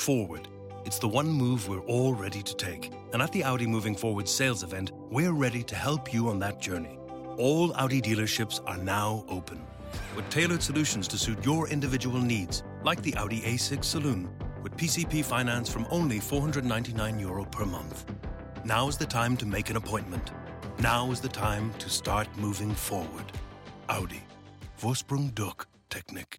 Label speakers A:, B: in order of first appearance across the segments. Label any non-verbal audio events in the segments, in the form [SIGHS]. A: forward. It's the one move we're all ready to take. And at the Audi Moving Forward sales event, we're ready to help you on that journey. All Audi dealerships are now open with tailored solutions to suit your individual needs, like the Audi A6 Saloon with PCP finance from only 499 euro per month. Now is the time to make an appointment. Now is the time to start moving forward. Audi. Vorsprung durch Technik.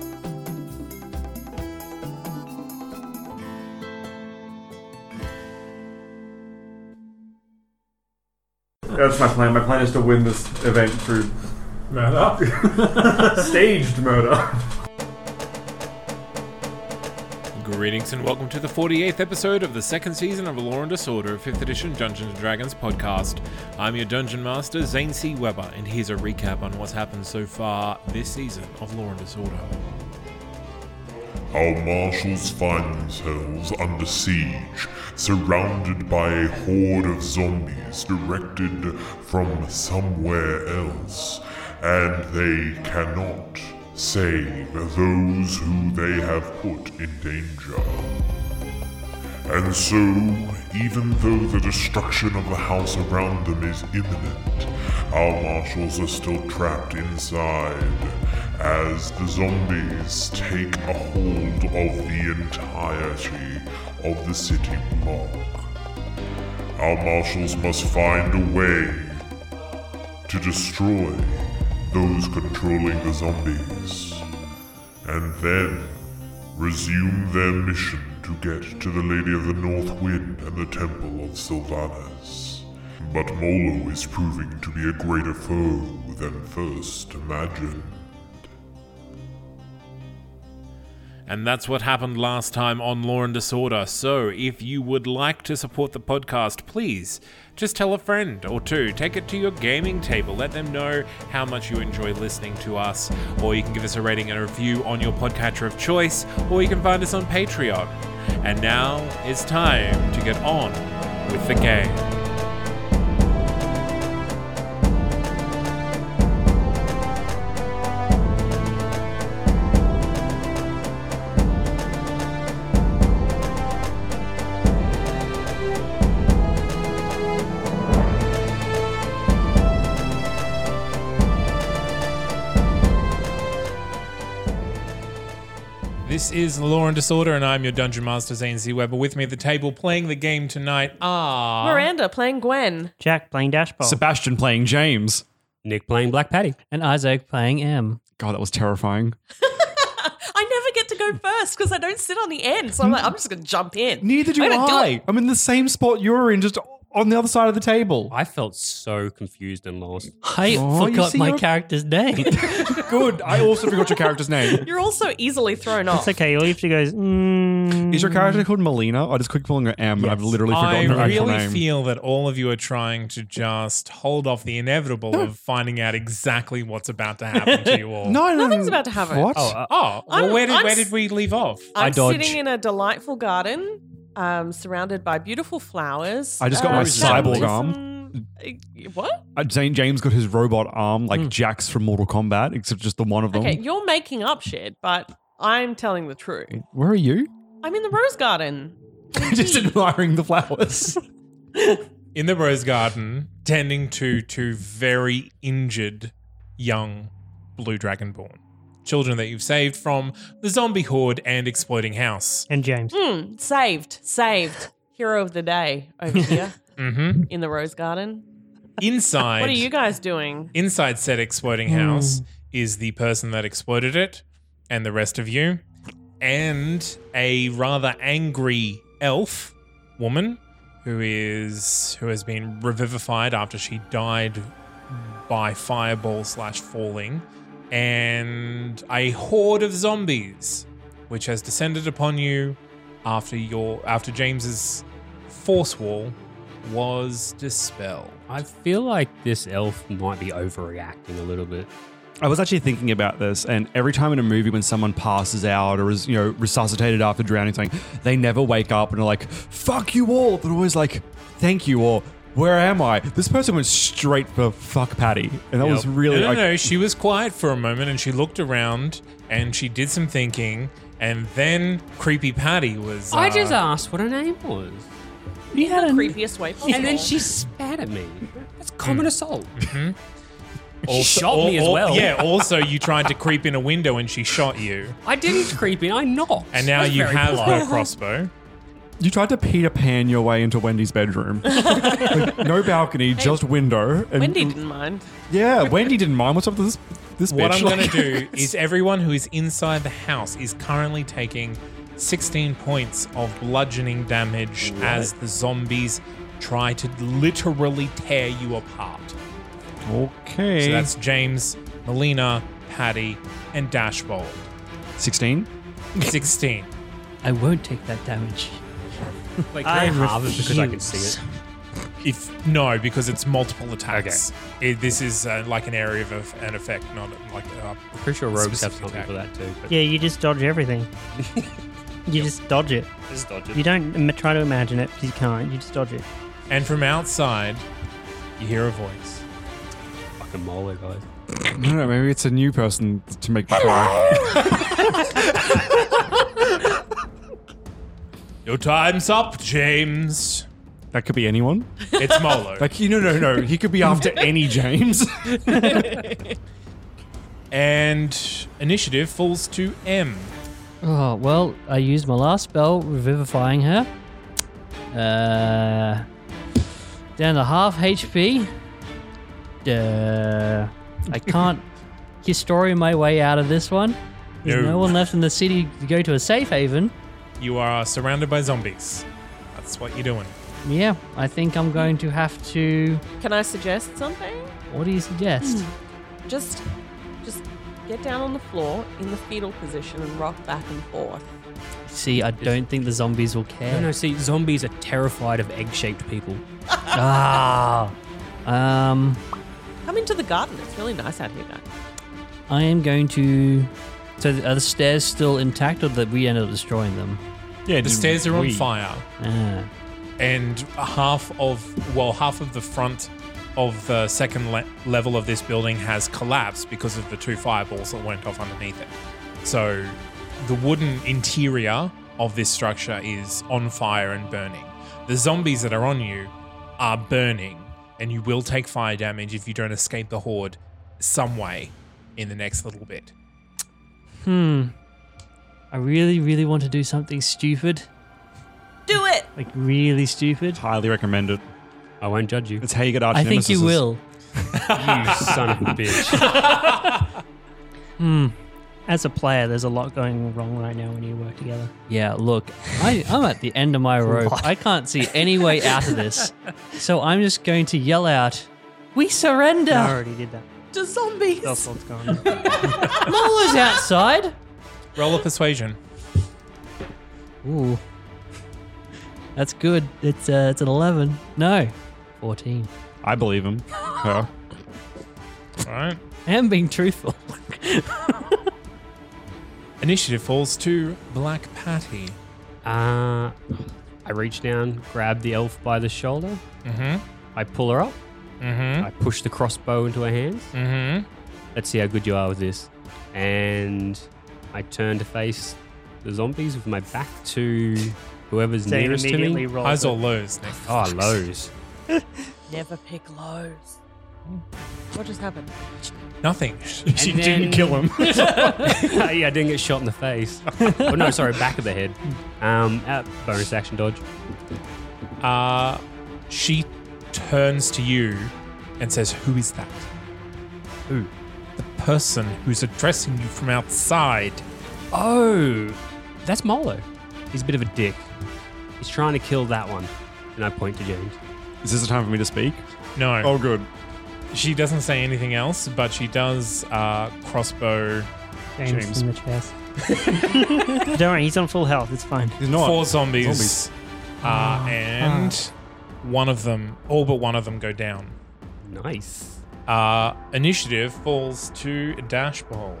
B: That's my plan. My plan is to win this event through murder, [LAUGHS] staged murder.
C: Greetings and welcome to the 48th episode of the second season of Law and Disorder 5th Edition Dungeons & Dragons podcast. I'm your Dungeon Master, Zane C. Weber, and here's a recap on what's happened so far this season of Law and Disorder.
D: Our marshals find themselves under siege, surrounded by a horde of zombies directed from somewhere else, and they cannot save those who they have put in danger. And so, even though the destruction of the house around them is imminent, our marshals are still trapped inside as the zombies take a hold of the entirety of the city block. Our marshals must find a way to destroy those controlling the zombies, and then resume their mission to get to the Lady of the North Wind and the Temple of Sylvanas. But Molo is proving to be a greater foe than first imagined.
C: And that's what happened last time on Law and Disorder. So, if you would like to support the podcast, please just tell a friend or two. Take it to your gaming table. Let them know how much you enjoy listening to us. Or you can give us a rating and a review on your podcatcher of choice. Or you can find us on Patreon. And now it's time to get on with the game. This is Law and Disorder, and I'm your Dungeon Master, Zane C. Weber. With me at the table playing the game tonight are.
E: Miranda playing Gwen.
F: Jack playing Dashpole.
G: Sebastian playing James.
H: Nick playing Black Patty.
F: and Isaac playing M.
G: God, that was terrifying.
E: I never get to go first because I don't sit on the end. So I'm like, I'm just going to jump in.
G: Neither do
E: I'm
G: I.
E: gonna Do it.
G: I'm in the same spot you're in, just on the other side of the table.
H: I felt so confused and lost.
F: I
G: Oh, you
F: forgot
G: see
F: my
G: your-
F: character's name.
G: Good. I also forgot your character's name.
E: You're also easily thrown off.
F: [LAUGHS] it's okay. All you have to go is, mm,
G: Is your character called Melina? I just keep calling her M, and I've literally
C: I
G: forgotten her actual
C: really
G: name.
C: feel that all of you are trying to just hold off the
G: [LAUGHS]
C: inevitable of finding out exactly what's about to happen to you all.
G: no,
I: um,
G: no, no,
E: Nothing's
G: no.
E: about to happen.
G: What?
C: Oh, well,
E: I'm-
C: where did
E: I'm
C: where
E: s-
C: did we leave off?
E: I'm
F: I dodge.
E: sitting in a delightful garden um, surrounded by beautiful flowers.
G: I just got
H: my
E: chatting
H: cyborg
E: to
G: arm.
E: some- uh, What?
G: Uh, Zane James got his robot arm like Jax from Mortal Kombat, except just the one of them.
E: Okay, you're making up shit, but I'm telling the truth.
G: Where are you?
E: I'm in the rose garden.
I: [LAUGHS]
G: just admiring the flowers.
C: In the rose garden, tending to two very injured young blue dragonborn. Children that you've saved from the zombie horde and exploding house.
F: [LAUGHS] and James.
E: Hmm, saved, saved. Hero of the day over here [LAUGHS]
C: Mm-hmm.
E: in the rose garden.
C: Inside
E: What are you guys doing?
C: inside said exploding house is the person that exploded it and the rest of you and a rather angry elf woman who is who has been revivified after she died by fireball slash falling and a horde of zombies which has descended upon you after your after James's force wall was dispelled.
I: I feel like this elf might be overreacting a little bit.
G: I was actually thinking about this, and every time in a movie when someone passes out or is, you know, resuscitated after drowning, something, they never wake up and are like, fuck you all. They're always like, thank you all. Where am I? This person went straight for fuck Patty. And that was
C: Yep.
G: really
C: No, no,
G: like,
C: no. She was quiet for a moment and she looked around and she did some thinking. And then creepy Patty was.
I: I
C: uh,
I: just asked what her name was.
J: You had a
E: Creepiest way possible.
I: And then she spat at me. That's common assault.
C: Mm-hmm.
I: [LAUGHS]
C: also-
I: Hmm. shot me as well.
C: Yeah. Also, you tried to creep in a window and she shot you.
I: I didn't creep in, I knocked.
C: And now
I: That's
C: you
I: very
C: have
I: polite. [LAUGHS]
C: her crossbow.
G: you tried to Peter Pan your way into Wendy's [LAUGHS] bedroom. Like, no balcony, just window. And
E: Wendy didn't mind.
G: Yeah, Wendy didn't mind. What's up with this, this
C: What
G: bitch?
C: I'm going
G: Like-
C: to
I: [LAUGHS]
C: do is everyone who is inside the house is currently taking 16 points of bludgeoning damage as the zombies try to literally tear you apart.
G: Okay.
C: So that's James, Melina, Patty, and Dashbold.
G: 16.
C: 16.
J: I won't take that damage.
I: Like,
J: I
I: can I halve it because I can
J: refuse.
I: see it?
C: If no, because it's multiple attacks. It- this is uh, like an area of of an effect, not like uh,
I: I'm pretty sure rogues have
C: Specific
I: something for that too. But
J: Yeah, you just dodge everything. You just dodge it.
I: just dodge it.
J: You don't im- try to imagine it. 'cause You can't. You just dodge it.
C: And from outside, you hear a voice.
I: Fucking molar, guys.
G: No, no, maybe it's a new person to make the call.
C: [LAUGHS] Your time's up, James.
G: That could be anyone.
C: It's Molo.
G: [LAUGHS] Like, you- no, no, no. He could be after any James.
C: [LAUGHS] and initiative falls to M.
J: Oh well, I used my last spell, revivifying her. Uh, down to half HP. Uh, I can't historian my way out of this one. There's
C: No.
J: no one left in the city to go to a safe haven.
C: You are surrounded by zombies. That's what you're doing.
J: Yeah, I think I'm going to have to.
E: Can I suggest something?
J: What do you suggest?
E: Just, just get down on the floor in the fetal position and rock back and forth.
J: See, I don't think the zombies will care.
I: No, no, see, zombies are terrified of egg shaped people.
J: Ah. Um,
E: Come into the garden. It's really nice out here, guys.
J: I am going to. So are the stairs still intact, or that we ended up destroying them?
G: yeah,
C: The stairs are on fire,
J: Ah.
C: and half of well, half of the front of the second le- level of this building has collapsed because of the two fireballs that went off underneath it. So, the wooden interior of this structure is on fire and burning. The zombies that are on you are burning, and you will take fire damage if you don't escape the horde some way in the next little bit.
J: Hmm. I really, really want to do something stupid,
E: Do it.
J: like really stupid.
G: Highly recommended.
I: I won't judge you.
G: It's how you get arch
J: I think you
G: nemesises.
J: will.
I: [LAUGHS] you son of a bitch.
J: Hmm. As a player, there's a lot going wrong right now when you work together. Yeah, look, I, I'm at the end of
I: [LAUGHS]
J: my rope. I can't see any way out of this. So I'm just going to yell out, We surrender! I already did that.
E: To zombies.
J: what's going on. [LAUGHS] Mola's outside!
C: Roll a persuasion.
J: Ooh. That's good. It's, uh, it's an 11. No, 14.
G: I believe him. Her.
C: All right.
J: I am being truthful.
C: Initiative falls to Black Patty.
I: [LAUGHS] Uh, I reach down, grab the elf by the shoulder.
C: Mm-hmm.
I: I pull her up.
C: Mm-hmm.
I: I push the crossbow into her hands.
C: Mm-hmm.
I: Let's see how good you are with this. And I turn to face the zombies with my back to whoever's nearest to me.
C: Highs or lows, Nick?
I: Oh, lows.
E: Never pick lows. What just happened?
C: Nothing. [LAUGHS]
G: She
I: And
G: didn't
I: then-
G: kill him.
I: [LAUGHS] yeah, I didn't get shot in the face. oh, no, sorry, back of the head. Um, uh, bonus action dodge.
C: Uh, she turns to you and says, Who is that? Who? The person who's addressing you from outside.
I: Oh, that's Molo. He's a bit of a dick. He's trying to kill that one. And I point to James.
G: Is this the time for me to speak?
C: No.
G: Oh, good.
C: She doesn't say anything else, but she does uh, crossbow James.
J: James,
C: [LAUGHS]
J: in the chest. Don't worry, he's on full health. It's fine.
G: He's not.
C: four zombies,
G: Zombies.
C: Uh, and one of them, all but one of them, go down.
H: Nice.
C: Uh, initiative falls to Dashbold.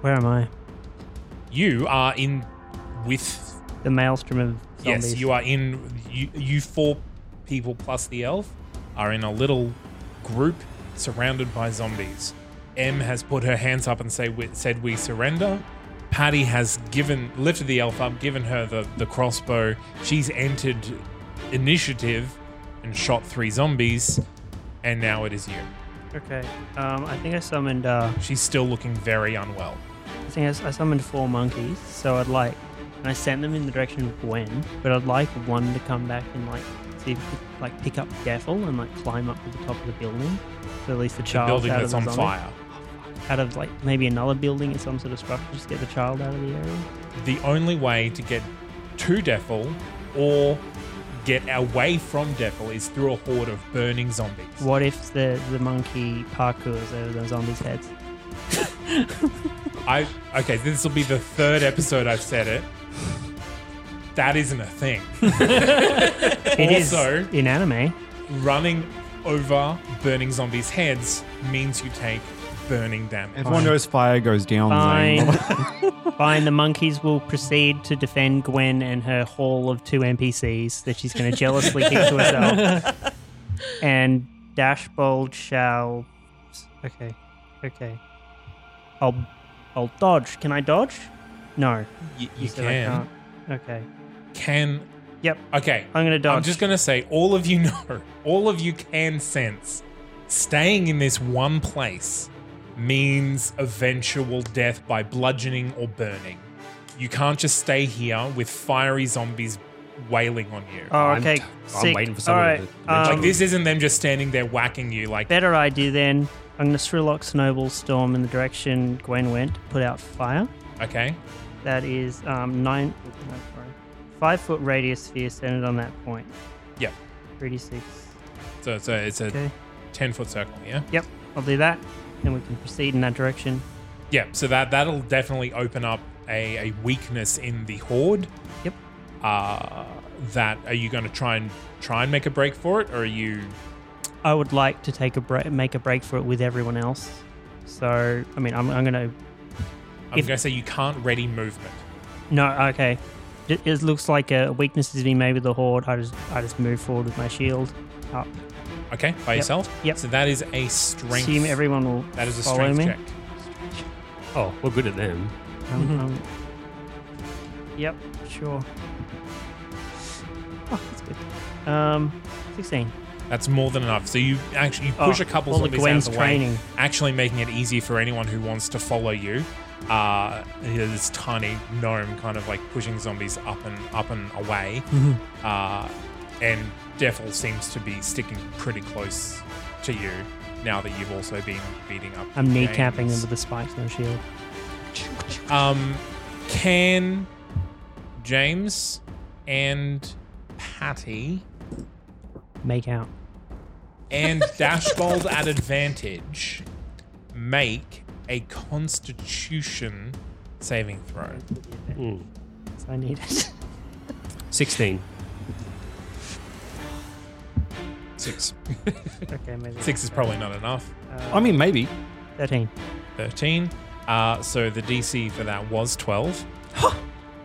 J: Where am I?
C: You are in with
J: the maelstrom of zombies.
C: Yes, you are in. You, you four people plus the elf are in a little group surrounded by zombies. M has put her hands up and say, we, said, "We surrender." Patty has given lifted the elf up, given her the, the crossbow. She's entered initiative and shot three zombies, and now it is you.
J: Okay. Um, I think I summoned. Uh,
C: She's still looking very unwell.
J: I think I, s- I summoned four monkeys, so I'd like. And I sent them in the direction of Gwen, but I'd like one to come back and like see if it could, like pick up Gaffel and like climb up to the top of the building. So at least the child
C: building
J: out
C: that's
J: of
C: on
J: the zombie-
C: fire.
J: Out of like maybe another building or some sort of structure, just get the child out of the area.
C: the only way to get to Defil or get away from Defil is through a horde of burning zombies.
J: What if the the monkey parkours over the zombies' heads?
C: I okay, this will be the third episode I've said it. That isn't a
J: [LAUGHS]
C: thing.
J: It is
C: also,
J: in anime.
C: running over burning zombies' heads means you take burning damage.
G: Everyone knows fire goes down. Zane.
J: Fine. [LAUGHS] Fine. The monkeys will proceed to defend Gwen and her haul of two NPCs that she's going to jealously keep to [LAUGHS] herself. And Dashbold shall. Okay. Okay. I'll. I'll dodge. Can I dodge? No.
C: Y- you
J: said
C: can.
J: I can't. Okay.
C: Can
J: Yep.
C: Okay.
J: I'm gonna
C: I'm
J: dodge.
C: just gonna say all of you [LAUGHS] know, all of you can sense staying in this one place means eventual death by bludgeoning or burning. You can't just stay here with fiery zombies wailing on you.
J: Oh, I'm okay, t- I'm sick. waiting for someone All right, to mention
C: like
J: um,
C: this isn't them just standing there whacking you like
J: Better idea then. I'm going to Sherlock Snowball Storm in the direction Gwen went, put out fire.
C: okay.
J: That is um, nine. No, sorry. Five foot radius sphere centered on that point.
C: Yep.
J: 3d6.
C: So so it's a
J: Okay.
C: ten foot circle, yeah?
J: Yep, I'll do that. And we can proceed in that direction.
C: Yeah, so that that'll definitely open up a, a weakness in the horde.
J: Yep.
C: Uh, that are you going to try and try and make a break for it, or are you?
J: I would like to take a break, make a break for it with everyone else. So, I mean, I'm, I'm going to.
C: I'm going to say you can't ready movement.
J: No, okay. It, it looks like a weakness is being made with the horde. I just, I just move forward with my shield up.
C: Okay, by
J: Yep.
C: yourself.
J: Yep.
C: So that is a strength.
J: Assume everyone will
C: That is a
J: follow
C: strength
J: me.
C: check.
H: Oh, we're good at them.
J: Um, um,
C: Mm-hmm.
J: yep, sure. Oh, that's good. Um, 16.
C: That's more than enough. So you actually you
J: Oh,
C: push a couple
J: all the
C: zombies
J: Gwen's
C: out of the way,
J: training.
C: actually making it easier for anyone who wants to follow you. Uh, you know, this tiny gnome kind of like pushing zombies up and up and away,
F: Mhm.
J: Mm-hmm.
C: uh, and Defil seems to be sticking pretty close to you now that you've also been beating up.
J: I'm kneecapping them
C: James.
J: with the spikes no shield.
C: Um, can James and Patty
J: Make out.
C: and Dashbold at advantage make a Constitution saving throw?
J: So
C: [LAUGHS]
J: I need it.
H: 16.
G: Six.
J: [LAUGHS] okay, maybe.
C: Six is probably not enough.
G: I mean, maybe.
J: 13.
C: 13. Uh, so the DC for that was 12.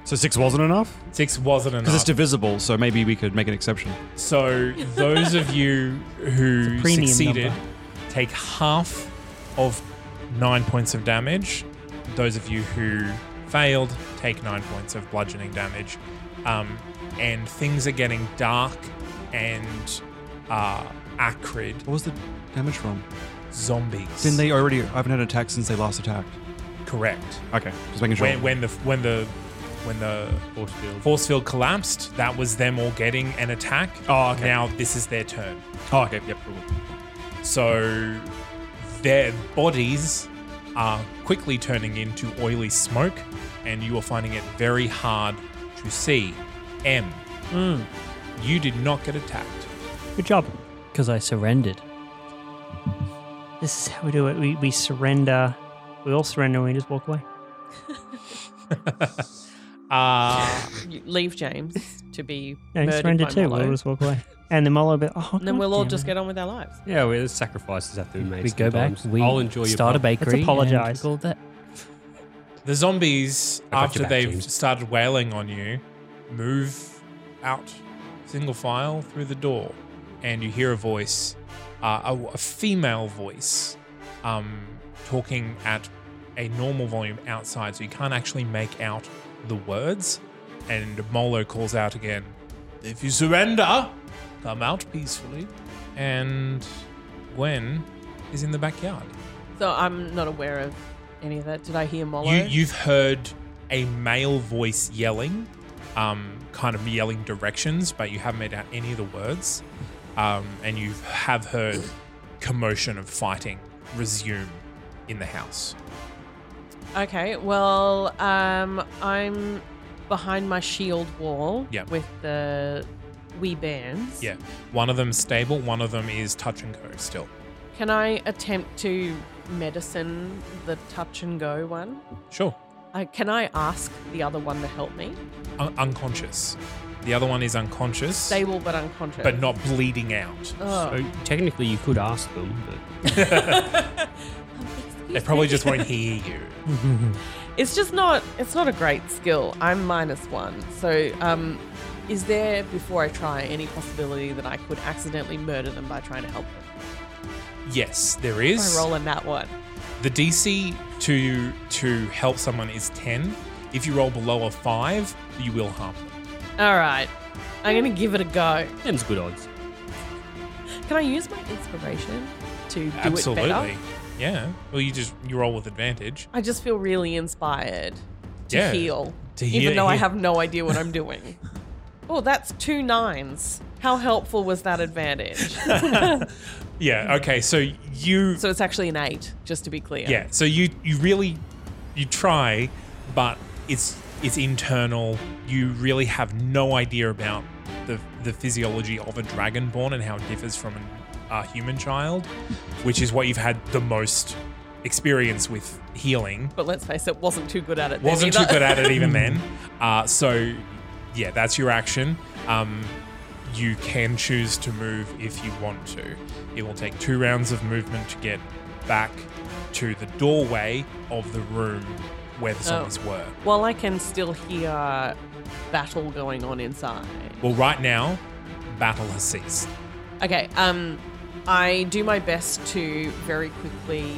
G: So six wasn't enough
C: Six wasn't
G: because it's
C: enough.
G: divisible. So maybe we could make an exception.
C: So those of you who
J: It's a premium
C: succeeded
J: number.
C: take half of nine points of damage. Those of you who failed take nine points of bludgeoning damage. Um, and things are getting dark and uh, acrid.
G: What was the damage from?
C: Zombies.
G: Didn't they already? I haven't had an attack since they last attacked.
C: Correct.
G: Okay, just making sure.
C: When, when the when the when the
H: Force field.
C: force field collapsed, that was them all getting an attack. Oh, now this is their turn.
G: oh, okay, yep. cool.
C: So their bodies are quickly turning into oily smoke, and you are finding it very hard to see. M, you did not get attacked.
J: Good job.
F: Because I surrendered.
J: This is how we do it. We, we surrender. We all surrender and we just walk away.
C: Uh,
E: You leave James to be
J: [LAUGHS] Yeah,
E: murdered
J: surrender
E: by
J: too.
E: Molo.
J: We'll just walk away. And the Molo bit. Oh,
E: and then we'll all
J: goddammit.
E: just get on with our lives.
H: Yeah, we, there's sacrifices have to be made.
F: We go back,
H: sometimes.
F: we
H: I'll enjoy your
F: start a
H: pub.
F: bakery. and
J: apologise.
F: call that.
C: The zombies,
H: I got your
C: after
H: back,
C: they've
H: James.
C: started wailing on you, move out single file through the door, and you hear a voice, uh, a, a female voice, um, talking at a normal volume outside, so you can't actually make out the words. And Molo calls out again, If you surrender, come out peacefully. And Gwen is in the backyard.
E: So I'm not aware of any of that. Did I hear Molo?
C: You, you've heard a male voice yelling, um, kind of yelling directions, but you haven't made out any of the words. Um, and you have heard commotion of fighting resume in the house.
E: Okay, well, um, I'm behind my shield wall
C: Yeah.
E: with the wee bands.
C: Yeah. One of them's stable, one of them is touch and go still.
E: Can I attempt to medicine the touch and go one?
C: Sure.
E: Uh, can I ask the other one to help me?
C: Un- unconscious. The other one is unconscious,
E: Stable but unconscious.
C: but not bleeding out.
E: Oh.
H: So technically, you could ask them, but
C: They probably just won't hear you.
E: It's just not. It's not a great skill. I'm minus one. So, um, is there before I try any possibility that I could accidentally murder them by trying to help them?
C: Yes, there
E: If
C: is.
E: [LAUGHS] I roll in that one.
C: The DC to to help someone is ten. If you roll below a five, you will harm them.
E: All right, I'm gonna give it a go.
H: them's good odds.
E: Can I use my inspiration to do it
C: Absolutely.
E: better?
C: Yeah. Well, you just you roll with advantage.
E: I just feel really inspired to
C: Yeah,
E: heal,
C: to heal-
E: even though I
C: heal.
E: have no idea what
C: [LAUGHS]
E: I'm doing. oh, that's two nines. How helpful was
C: [LAUGHS]
E: that advantage?
C: Yeah. Okay. So you.
E: Mm-hmm. so it's actually an eight, just to be clear.
C: yeah. So you you really you try, but it's it's internal. You really have no idea about the the physiology of a dragonborn and how it differs from an, a human child, which is what you've had the most experience with healing.
E: But let's face it, wasn't too good at it. then
C: wasn't too
E: either. [LAUGHS]
C: good at it even then. Uh, so, yeah, that's your action. Um, you can choose to move if you want to. It will take two rounds of movement to get back to the doorway of the room where the zombies were.
E: While I can still hear battle going on inside.
C: Well, right now, battle has ceased.
E: Okay, um, I do my best to very quickly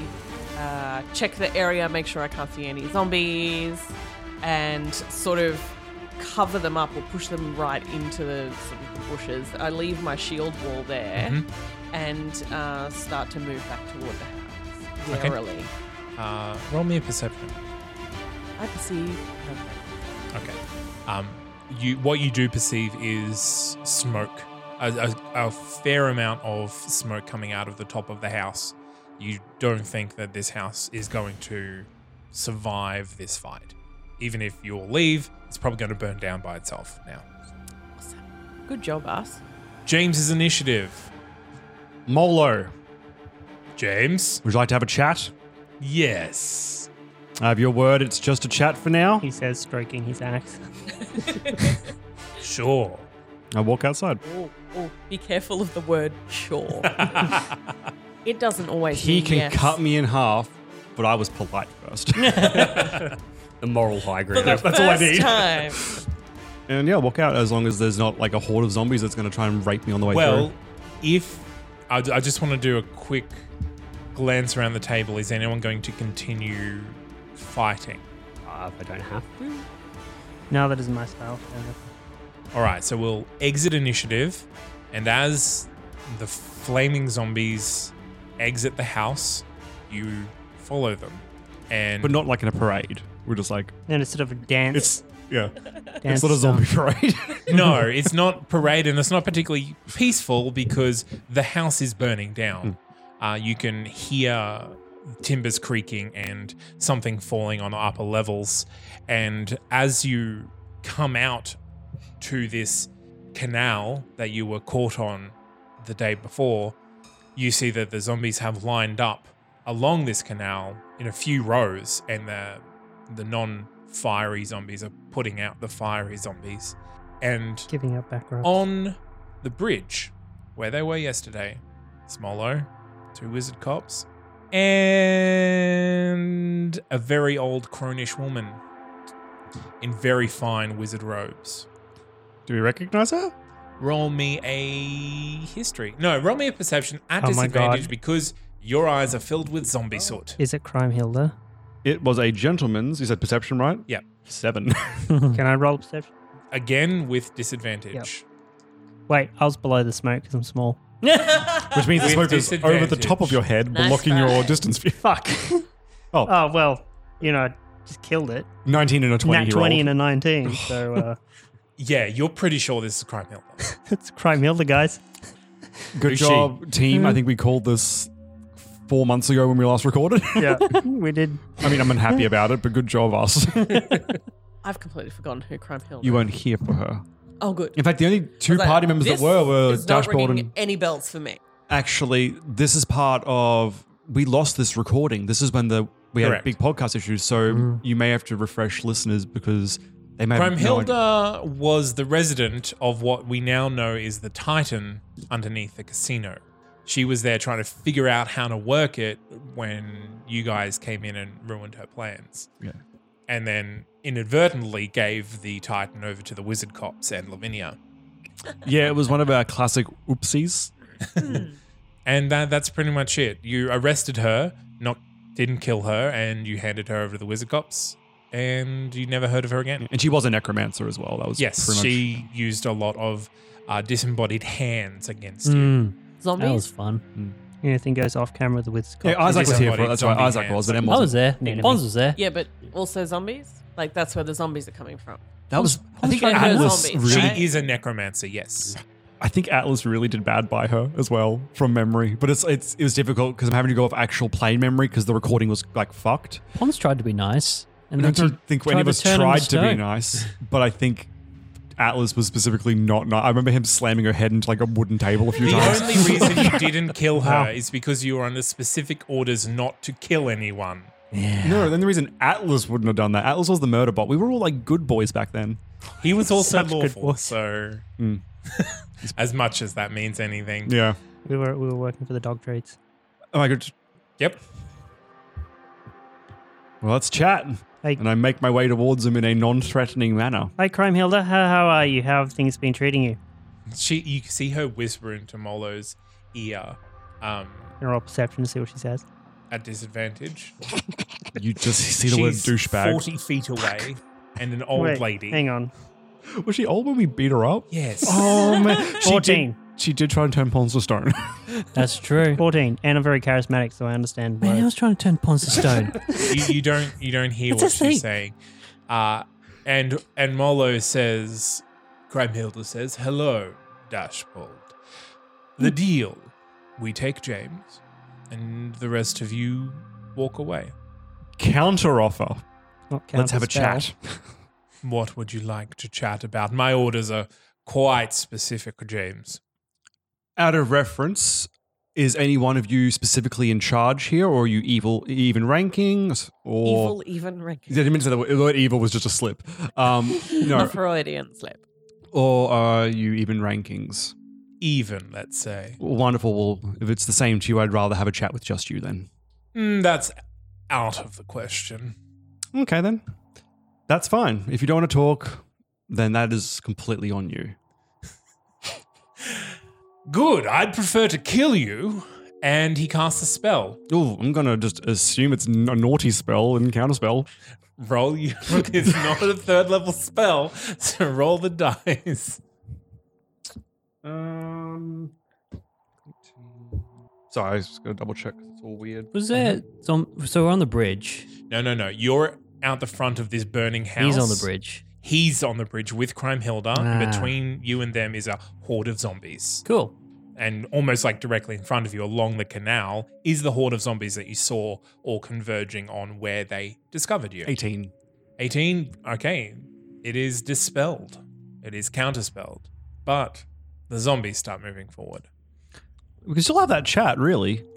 E: uh, check the area, make sure I can't see any zombies, and sort of cover them up or push them right into the, sort of the bushes. I leave my shield wall there
C: Mhm.
G: Mm-hmm.
E: and uh, start to move back toward the house
C: Okay.
E: warily.
C: Uh, roll me a perception.
E: I perceive. Okay.
C: Okay. Um, you what you do perceive is smoke, a, a, a fair amount of smoke coming out of the top of the house. You don't think that this house is going to survive this fight. Even if you all leave, it's probably going to burn down by itself now.
E: Good job, us.
C: James's initiative.
G: Molo,
C: James.
G: would you like to have a chat?
C: Yes.
G: I have your word, it's just a chat for now.
J: He says, stroking his axe.
C: Sure.
G: I walk outside.
E: Oh, oh, be careful of the word
G: [LAUGHS]
E: sure. it doesn't always
G: He
E: mean
G: can
E: yes.
G: cut me in half, but I was polite [LAUGHS] first.
H: The moral high ground.
G: That's all I
E: First
G: need.
E: time.
G: And yeah, walk out as long as there's not like a horde of zombies that's going to try and rape me on the way
C: well,
G: through.
C: if I, I just want to do a quick glance around the table, is anyone going to continue fighting?
H: Uh, if I don't have to.
J: No, that isn't my style.
C: All right, so we'll exit initiative, and as the flaming zombies exit the house, you follow them, and
G: But not like in a parade. We're just like,
J: Then it's sort of a dance.
G: it's, yeah, it's
J: dance
G: not a
J: style.
G: zombie parade.
C: [LAUGHS] no, it's not parade, and it's not particularly peaceful because the house is burning down.
G: Hmm.
C: Uh, you can hear timbers creaking and something falling on the upper levels, and as you come out to this canal that you were caught on the day before, you see that the zombies have lined up along this canal in a few rows, and the the non fiery zombies are putting out the fiery zombies and
J: giving up back rubs.
C: on the bridge where they were yesterday, Smollo, two wizard cops, and a very old cronish woman in very fine wizard robes.
G: Do we recognize her?
C: Roll me a history. No, roll me a perception at
J: Oh my
C: disadvantage
J: God.
C: because your eyes are filled with zombie soot.
J: Is it Crime Hilda?
G: It was a gentleman's. You said perception, right?
C: Yeah.
G: Seven. Hmm.
J: Can I roll perception?
C: Again with disadvantage.
J: Wait, I was below the smoke because I'm small.
G: Which means the
C: With
G: smoke is over the
C: disadvantage.
G: top of your head,
K: Nice
G: blocking your
K: try.
G: distance view.
J: Fuck.
G: Oh.
J: Oh, well, you know, I just killed it.
G: 19 and a 20
J: Nat
G: year
J: 20
G: old.
J: and a 19.
G: [LAUGHS]
J: So uh,
C: Yeah, you're pretty sure this is crime hill.
J: it's Crime Hilda, guys.
G: Good
C: Who's she?
G: job, team. I think we called this four months ago when we last recorded.
J: Yeah, [LAUGHS] we did.
G: I mean, I'm unhappy about it, but good job, us.
E: I've completely forgotten who Crime Hill.
G: you
E: is.
G: weren't here for her.
E: Oh, good.
G: In fact, the only two
E: I was like,
G: party members that
E: this
G: were were
E: is not
G: Dashboard
E: ringing
G: and.
E: any bells for me.
G: Actually, this is part of. We lost this recording. This is when the [LAUGHS] we had
C: Correct.
G: big podcast issues, so
I: Mm.
G: you may have to refresh listeners because they may have no idea.
C: Grimhilda was the resident of what we now know is the Titan underneath the casino. She was there trying to figure out how to work it when you guys came in and ruined her plans.
G: Yeah.
C: And then inadvertently gave the Titan over to the wizard cops and Lavinia.
G: Yeah, it was one of our classic oopsies.
C: And that, that's pretty much it. You arrested her, not didn't kill her, and you handed her over to the wizard cops, and you never heard of her again.
G: And she was a necromancer as well. That was pretty
C: Yes,
G: much-
C: she used a lot of uh, disembodied hands against
G: Mm.
C: you.
F: Mm.
E: Zombies.
F: That was fun.
J: Anything goes off camera with the wizard.
G: Yeah, Isaac was here for
C: Disembodied
G: it. That's right.
C: zombie
G: Isaac
C: hands.
G: was, but Em
F: I
G: wasn't.
F: was there.
J: Enemy.
F: Bonds was there.
E: Yeah, but also zombies. Like that's where the zombies are coming from.
G: That was. I think
E: trying to hurt
G: Atlas.
E: zombies,
G: Really,
E: right?
C: She is a necromancer, yes.
G: I think Atlas really did bad by her as well from memory. But it's it's it was difficult because I'm having to go off actual play memory because the recording was like fucked.
F: Bonds tried to be nice. And
G: And I
F: then she
G: don't think any
F: tried
G: of
F: to
G: us
F: turn him
G: tried to be
F: stone.
G: [LAUGHS] nice, but I think. Atlas was specifically not, not. I remember him slamming her head into like a wooden table a few
C: The
G: times.
C: only reason you didn't
G: [LAUGHS]
C: kill her is because you were under specific orders not to kill anyone.
G: No, then the reason Atlas wouldn't have done that. Atlas was the murder bot. We were all like good boys back then. Mm.
C: He was also
J: Such good
C: lawful,
J: work.
C: so [LAUGHS] as much as that means anything.
G: Yeah.
J: We were we were working for the dog trades.
G: Oh my god.
C: Yep.
G: Well, let's chat.
J: Hey.
G: And I make my way towards him in a non-threatening manner.
J: Hi, Crime Hilda. How, how are you? How have things been treating you?
C: She you can see her whisper into Molo's ear um,
J: Can I roll perception to see what she says?
C: at disadvantage.
G: [LAUGHS] You just see the word
C: She's
G: douchebag.
C: Forty feet away and an old
J: Wait,
C: lady.
J: Hang
F: [LAUGHS]
J: on.
G: Was she old when we beat her up?
C: Yes.
G: Oh
J: [LAUGHS]
G: man, she
J: 14.
G: Did, she did try and turn Pons to stone. [LAUGHS]
F: That's true.
J: 14. And I'm very charismatic, so I understand.
F: Man, I
J: why.
F: was trying to turn Ponce to stone.
C: you, you don't you don't hear
F: That's
C: what
F: a thing.
C: she's saying. Uh, and and Molo says, Grimhilda says, "Hello, Dashbold.
J: Hmm.
C: The deal: we take James, and the rest of you walk away.
G: Counter offer.
J: [LAUGHS] Not count
G: Let's have
J: the
G: a
J: spell.
G: chat.
C: What would you like to chat about? My orders are quite specific, James.
G: Out of reference, is any one of you specifically in charge here, or are you evil, even rankings, or
E: Evil even ranking.
G: Yeah, I didn't mean to say the word, the word evil was just a slip. Um,
E: A
G: no,
E: Freudian slip.
G: or are you even rankings?
C: Even, let's say.
G: Wonderful. Well, if it's the same to you, I'd rather have a chat with just you then.
C: Mm, that's out of the question.
G: Okay, then. That's fine. If you don't want to talk, then that is completely on you.
C: Good. I'd prefer to kill you." And he casts a spell.
G: Oh, I'm gonna just assume it's n- a naughty spell and counter spell.
C: roll you [LAUGHS] it's not a third level spell so roll the dice
G: Um, sorry, I was just gonna double check. 'cause It's all weird.
F: Was there?
J: Mm-hmm.
F: So, so we're on the bridge.
C: no no no you're out the front of this burning house
F: He's on the bridge.
C: he's on the bridge with crime hilda and
F: Ah.
C: between you and them is a horde of zombies
F: Cool.
C: and almost like directly in front of you along the canal is the horde of zombies that you saw all converging on where they discovered you
G: Eighteen.
C: 18 okay it is dispelled it is counterspelled but the zombies start moving forward
G: We can still have that chat, really.
C: [LAUGHS]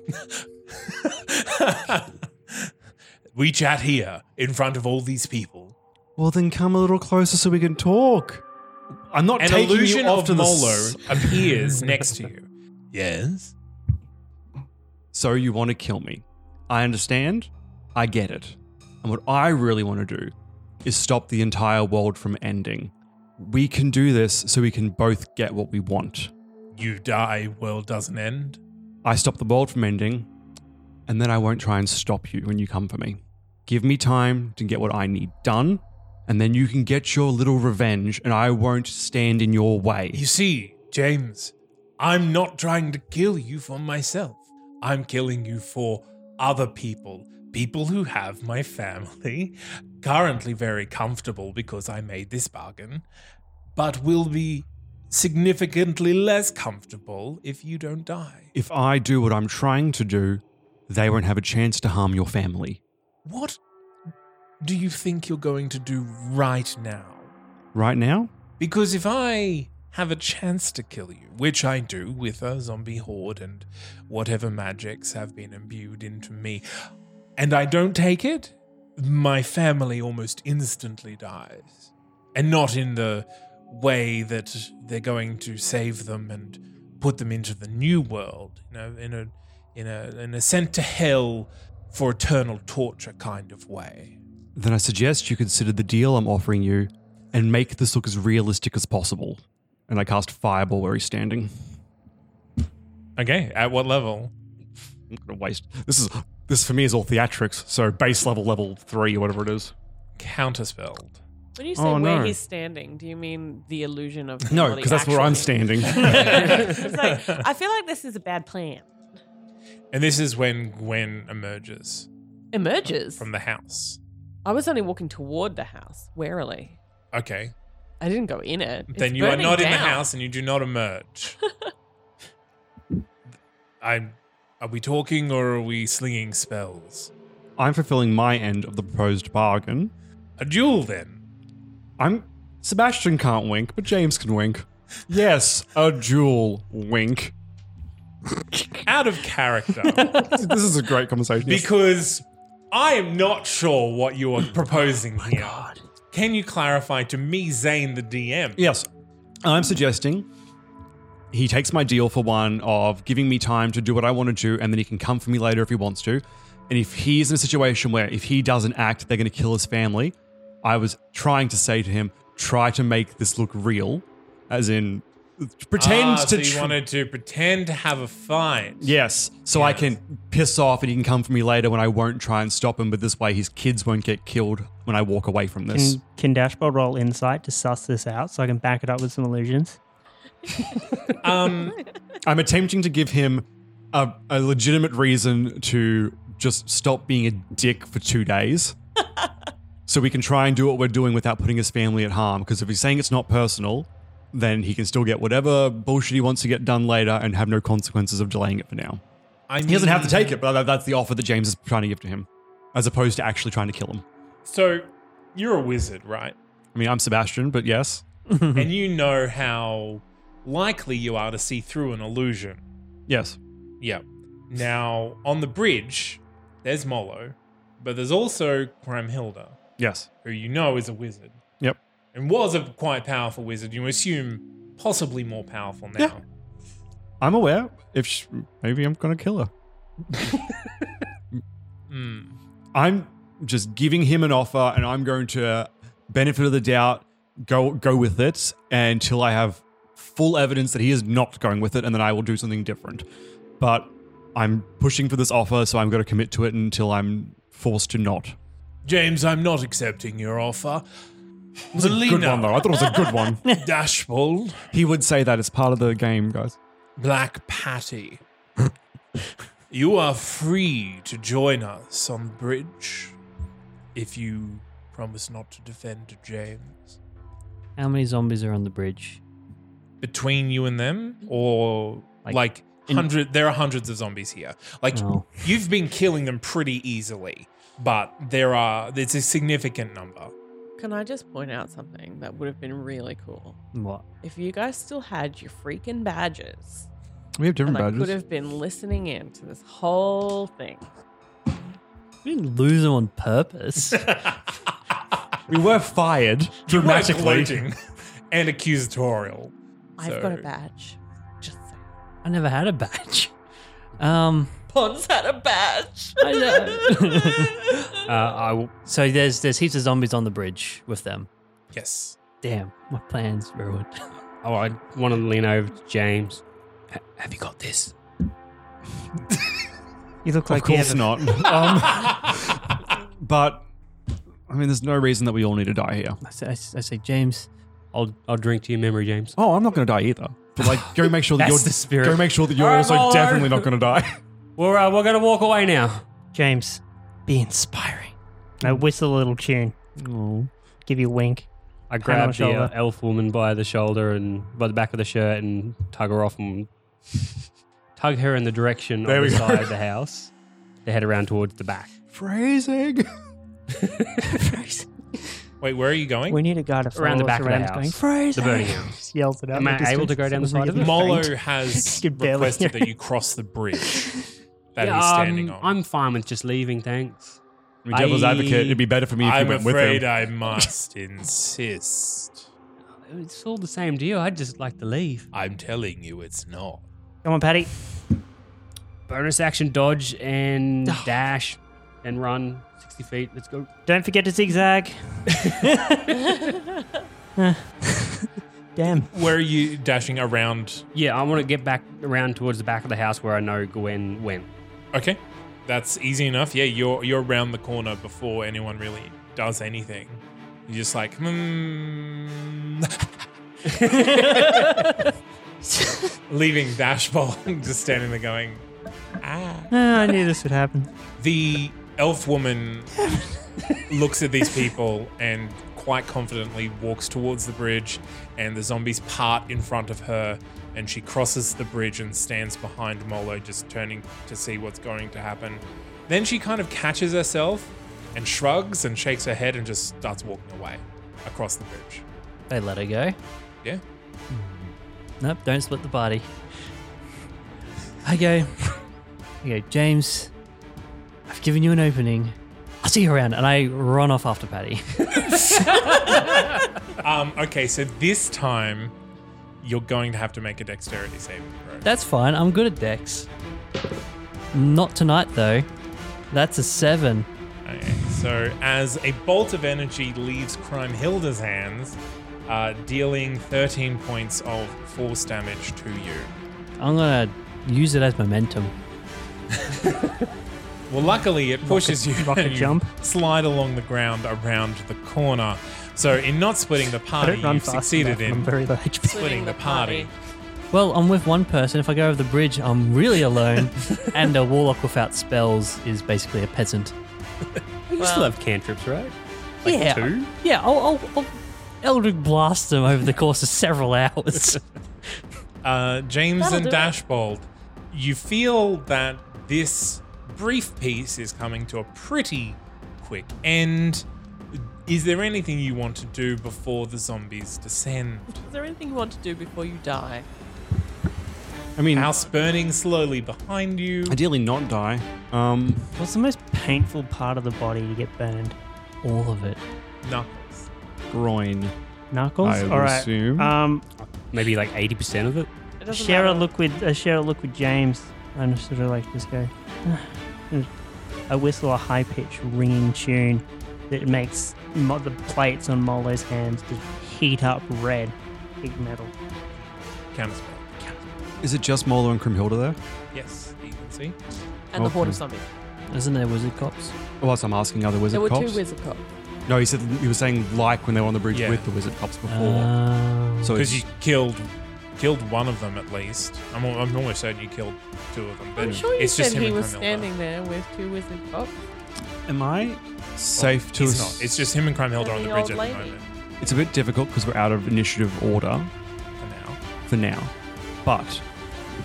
C: we chat here in front of all these people.
G: Well, then come a little closer so we can talk. I'm not
C: An
G: taking you
C: illusion
G: off
C: of
G: to the
C: Molo
G: s- [LAUGHS]
C: appears next to you. Yes.
G: So you want to kill me. I understand. I get it. And what I really want to do is stop the entire world from ending. We can do this so we can both get what we want.
C: You die, world doesn't end.
G: I stop the world from ending, and then I won't try and stop you when you come for me. Give me time to get what I need done, and then you can get your little revenge, and I won't stand in your way.
C: You see, James, I'm not trying to kill you for myself. I'm killing you for other people, people who have my family, [LAUGHS] currently very comfortable because I made this bargain, but will be significantly less comfortable if you don't die.
G: If I do what I'm trying to do, they won't have a chance to harm your family.
C: What do you think you're going to do right now?
G: Right now,
C: Because if I have a chance to kill you, which I do with a zombie horde and whatever magics have been imbued into me, and I don't take it, my family almost instantly dies. And not in the way that they're going to save them and put them into the new world, you know, in a in a an ascent to hell for eternal torture kind of way.
G: then I suggest you consider the deal I'm offering you and make this look as realistic as possible. And I cast Fireball where he's standing.
C: Okay, at what level?
G: I'm gonna waste this is this for me is all theatrics, so base level level three or whatever it is.
C: Counterspelled.
E: When you say
G: Oh,
E: where
G: no.
E: he's standing, do you mean the illusion of his
G: No,
E: body
G: 'cause that's where I'm
C: standing.
E: actually- [LAUGHS] It's like,
G: [LAUGHS]
E: I feel like this is a bad plan.
C: And this is when Gwen emerges.
E: Emerges?
C: From the house.
E: I was only walking toward the house warily.
C: Okay.
E: I didn't go in it. It's
C: then you are
E: burning
C: not in the
E: down.
C: house and you do not
E: [LAUGHS]
C: emerge. I are we talking or are we slinging spells?
G: I'm fulfilling my end of the proposed bargain.
C: A duel then.
G: I'm Sebastian can't wink, but James can wink. Yes, a duel wink.
C: Out of
E: [LAUGHS]
C: character.
G: this is a great conversation. Yes.
C: because I am not sure what you are
E: [GASPS]
C: proposing here. Can you clarify to me, Zane the DM?
G: Yes. I'm suggesting he takes my deal for one of giving me time to do what I want to do, and then he can come for me later if he wants to. And if he's in a situation where if he doesn't act, they're going to kill his family, I was trying to say to him, try to make this look real, as in pretend
C: Ah,
G: to.
C: so you
G: tr-
C: wanted to pretend to have a fight.
G: Yes, so I can piss off and he can come for me later when I won't try and stop him, but this way his kids won't get killed when I walk away from this.
J: Can, can Dashboard roll insight to suss this out so I can back it up with some illusions?
C: Um,
E: [LAUGHS]
G: I'm attempting to give him a, a legitimate reason to just stop being a dick for two days. so we can try and do what we're doing without putting his family at harm. Because if he's saying it's not personal, then he can still get whatever bullshit he wants to get done later and have no consequences of delaying it for now.
C: I
G: he doesn't have to
C: mean-
G: take it, but that- that's the offer that James is trying to give to him, as opposed to actually trying to kill him.
C: So you're a wizard, right?
G: I mean, I'm Sebastian, but yes.
C: and you know how likely you are to see through an illusion.
G: Yes.
C: Yeah. Now, on the bridge, there's Molo, but there's also Grimhilda,
G: Yes.
C: who you know is a wizard
G: Yep.
C: and was a quite powerful wizard. You assume possibly more powerful now.
G: I'm aware. If sh maybe I'm gonna kill her.
C: Hmm.
G: I'm just giving him an offer, and I'm going to benefit of the doubt, go go with it until I have full evidence that he is not going with it, and then I will do something different. But I'm pushing for this offer, so I'm going to commit to it until I'm forced to not.
C: James, I'm not accepting your offer.
G: It's a good
C: Melina.
G: one though. I thought it was a good one.
C: [LAUGHS] Dashbold,
G: He would say that it's part of the game, guys. [LAUGHS]
C: Black Patty, you are free to join us on the bridge if you promise not to defend James.
L: How many zombies are on the bridge?
C: Between you and them, or like,
L: Like,
C: hundred? there are hundreds of zombies here. Like
L: Oh.
C: you've been killing them pretty easily, but there are it's a significant number.
E: Can I just point out something that would have been really cool?
L: What?
E: If you guys still had your freaking badges,
G: We have different
E: and I could
G: badges.
E: have been listening in to this whole thing.
L: We didn't lose them on
J: [LAUGHS]
L: purpose.
G: We were fired
C: You weren't
G: dramatically.
C: gloating. [LAUGHS] and accusatorial.
E: I've
C: So-
E: got a badge.
J: I never had a badge. Um,
E: Pons had a badge.
J: I
C: [LAUGHS]
E: [LAUGHS]
J: know.
I: Uh,
C: Uh,
J: so there's there's heaps of zombies on the bridge with them.
C: Yes.
J: Damn, my plans ruined. [LAUGHS]
I: Oh, I want to lean over to James. "Ha- Have you got
J: [LAUGHS]
I: this?
M: You look like
G: of course
M: you
J: [LAUGHS]
G: not.
M: have a-
G: um, but I mean, there's no reason that we all need to die here.
J: I say, I say, I say, James.
I: I'll I'll drink to your memory, James.
G: Oh, I'm not going to die either. But like, go make sure that
I: That's
G: you're
I: the spirit.
G: Go make sure that you're
I: All right,
G: also
I: Molo.
G: definitely not going to die.
I: We're uh, we're gonna walk away now.
M: James, be inspiring. I whistle a little tune. Give you a wink.
I: I
M: Hand on
I: grab the
M: shoulder.
I: uh, elf woman by the shoulder and by the back of the shirt and tug her off and tug her in the direction
G: There
I: of
G: we
I: the
G: go.
I: side of the house. They head around towards the back.
G: Phrasing.
C: Wait, where are you going?
M: We need a guy to follow
I: uh, Around the
M: us
I: back of the
M: around
I: house.
M: going,
I: The burning
M: "Fraser!"
I: house.
M: Just [LAUGHS] yells it out.
I: Am
M: in
I: I
M: the
I: able to
M: distance,
I: go down the
M: so
I: side of
M: it's
I: it?
M: faint.
C: Molo
M: [LAUGHS]
C: has
M: You can barely
C: requested
M: hear
C: that
M: it.
C: you cross the bridge that
I: Yeah,
C: he's standing
I: um,
C: on.
I: I'm fine with just leaving, thanks.
G: I mean, devil's
I: I-
G: advocate, it'd be better for me if
C: I'm
G: you went with
C: afraid
G: him.
C: I must [LAUGHS] insist.
I: It's all the same deal. I'd just like to leave.
C: I'm telling you, it's not.
M: Come on, Patty.
I: Bonus action dodge and dash and run 60 feet. Let's go.
M: Don't forget to
I: [LAUGHS]
M: zigzag. [LAUGHS]
I: [LAUGHS]
M: Damn.
C: Where are you dashing around?
I: Yeah, I want to get back around towards the back of the house where I know Gwen went.
C: Okay, that's easy enough. Yeah, you're you're around the corner before anyone really does anything. You're just
I: [LAUGHS]
C: like, hmm. [LAUGHS] Leaving Dashball and just standing there going,
M: Ah, I knew this would happen.
C: The elf woman looks at these people and quite confidently walks towards the bridge, and the zombies part in front of her. And she crosses the bridge and stands behind Molo, just turning to see what's going to happen. Then she kind of catches herself and shrugs and shakes her head and just starts walking away across the bridge.
J: They let her go. Mm.
C: Yeah.
J: Nope, don't split
C: [LAUGHS]
J: the party. I go, I go, James, I've given you an opening. I'll see you around. And I run off after Patty. [LAUGHS]
C: Um, okay, so this time you're going to have to make a dexterity saving throw.
J: That's fine. I'm good at dex. Not tonight, though. That's a seven.
C: Okay, so as a bolt of energy leaves Crimehilda's hands, uh, dealing 13 points of force damage to you.
J: I'm going to use it as momentum.
C: [LAUGHS] Well, luckily it pushes you
M: rocket
C: and you
M: jump.
C: slide along the ground around the corner. So in not splitting the
M: I
C: party,
M: don't run
C: you've
M: fast enough,
C: succeeded
M: and I'm very
C: in
M: low HP.
C: splitting the party.
J: Well, I'm with one person. If I go over the bridge, [LAUGHS] I'm
M: [LAUGHS]
J: really alone. and a warlock without spells is basically a peasant.
C: [LAUGHS]
I: You still have cantrips, right? Like
J: yeah.
I: two?
J: Yeah, I'll, I'll, I'll Eldritch blast them over the course of several hours.
C: Uh, James
J: That'll
C: and
J: do it.
C: Dashbold, you feel that this brief piece is coming to a pretty quick end. Is there anything you want to do before the zombies descend?
E: Is there anything you want to do before you die?
G: I mean,
C: House burning slowly behind you.
G: ideally not die. Um,
M: [LAUGHS] What's the most painful part of the body to get burned?
J: All of it.
C: Knuckles.
G: groin.
M: Knuckles.
G: I would
M: All right.
G: assume.
M: Um,
I: Maybe like 80% of it.
E: It doesn't
M: share a
E: matter.
M: look with uh, share a look with James. And sort of like just
J: [SIGHS]
M: go. and I whistle a high pitched ringing tune that makes mo- the plates on Molo's hands just heat up red, big metal.
C: Counterspell.
G: Is it just Molo and Krimhilda there?
C: Yes, you can see.
E: And the horde of
G: Okay.
E: zombies.
J: Isn't there wizard cops?
G: Well, that's what I'm asking. Are there wizard
E: there were
G: cops?
E: two wizard cops.
G: no, he said he was saying like when they were on the bridge
C: Yeah.
G: with the wizard cops before.
J: Uh,
G: so it's,
C: Because you killed killed one of them at least. I'm, al- I'm almost certain you killed two of them. But
E: I'm sure you
C: it's
E: said
C: just him
E: he
C: and
E: was
C: Carmilla.
E: standing there with two wizard cops.
G: am I safe to?
C: He's
G: ass-
C: not. It's just him and Crimehelda on
E: And
C: the
E: the
C: bridge
E: old
C: at the
E: lady.
C: moment.
G: It's a bit difficult because we're out of initiative order
C: For now.
G: for now. But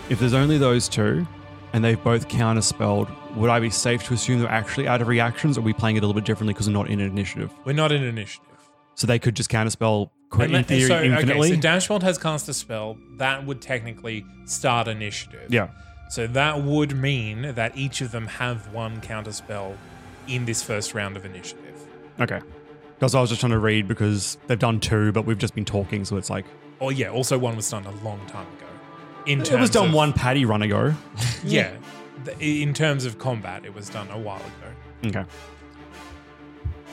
G: if there's only those two, and they've both counterspelled, would I be safe to assume they're actually out of reactions? Or are we playing it a little bit differently because we're not in initiative?
C: We're not in initiative.
G: So they could just counterspell qu- in
C: Unle-
G: theory
C: so,
G: infinitely.
C: Okay, so Dashbolt has cast a spell that would technically start initiative.
G: yeah.
C: So that would mean that each of them have one counter spell in this first round of initiative.
G: Okay. Because I was just trying to read because they've done two, but we've just been talking, so it's like
C: Oh yeah, also one was done a long time ago. In
G: it was
C: terms
G: done
C: of-
G: one patty run ago.
C: [LAUGHS] Yeah, th- in terms of combat, it was done a while ago.
G: Okay.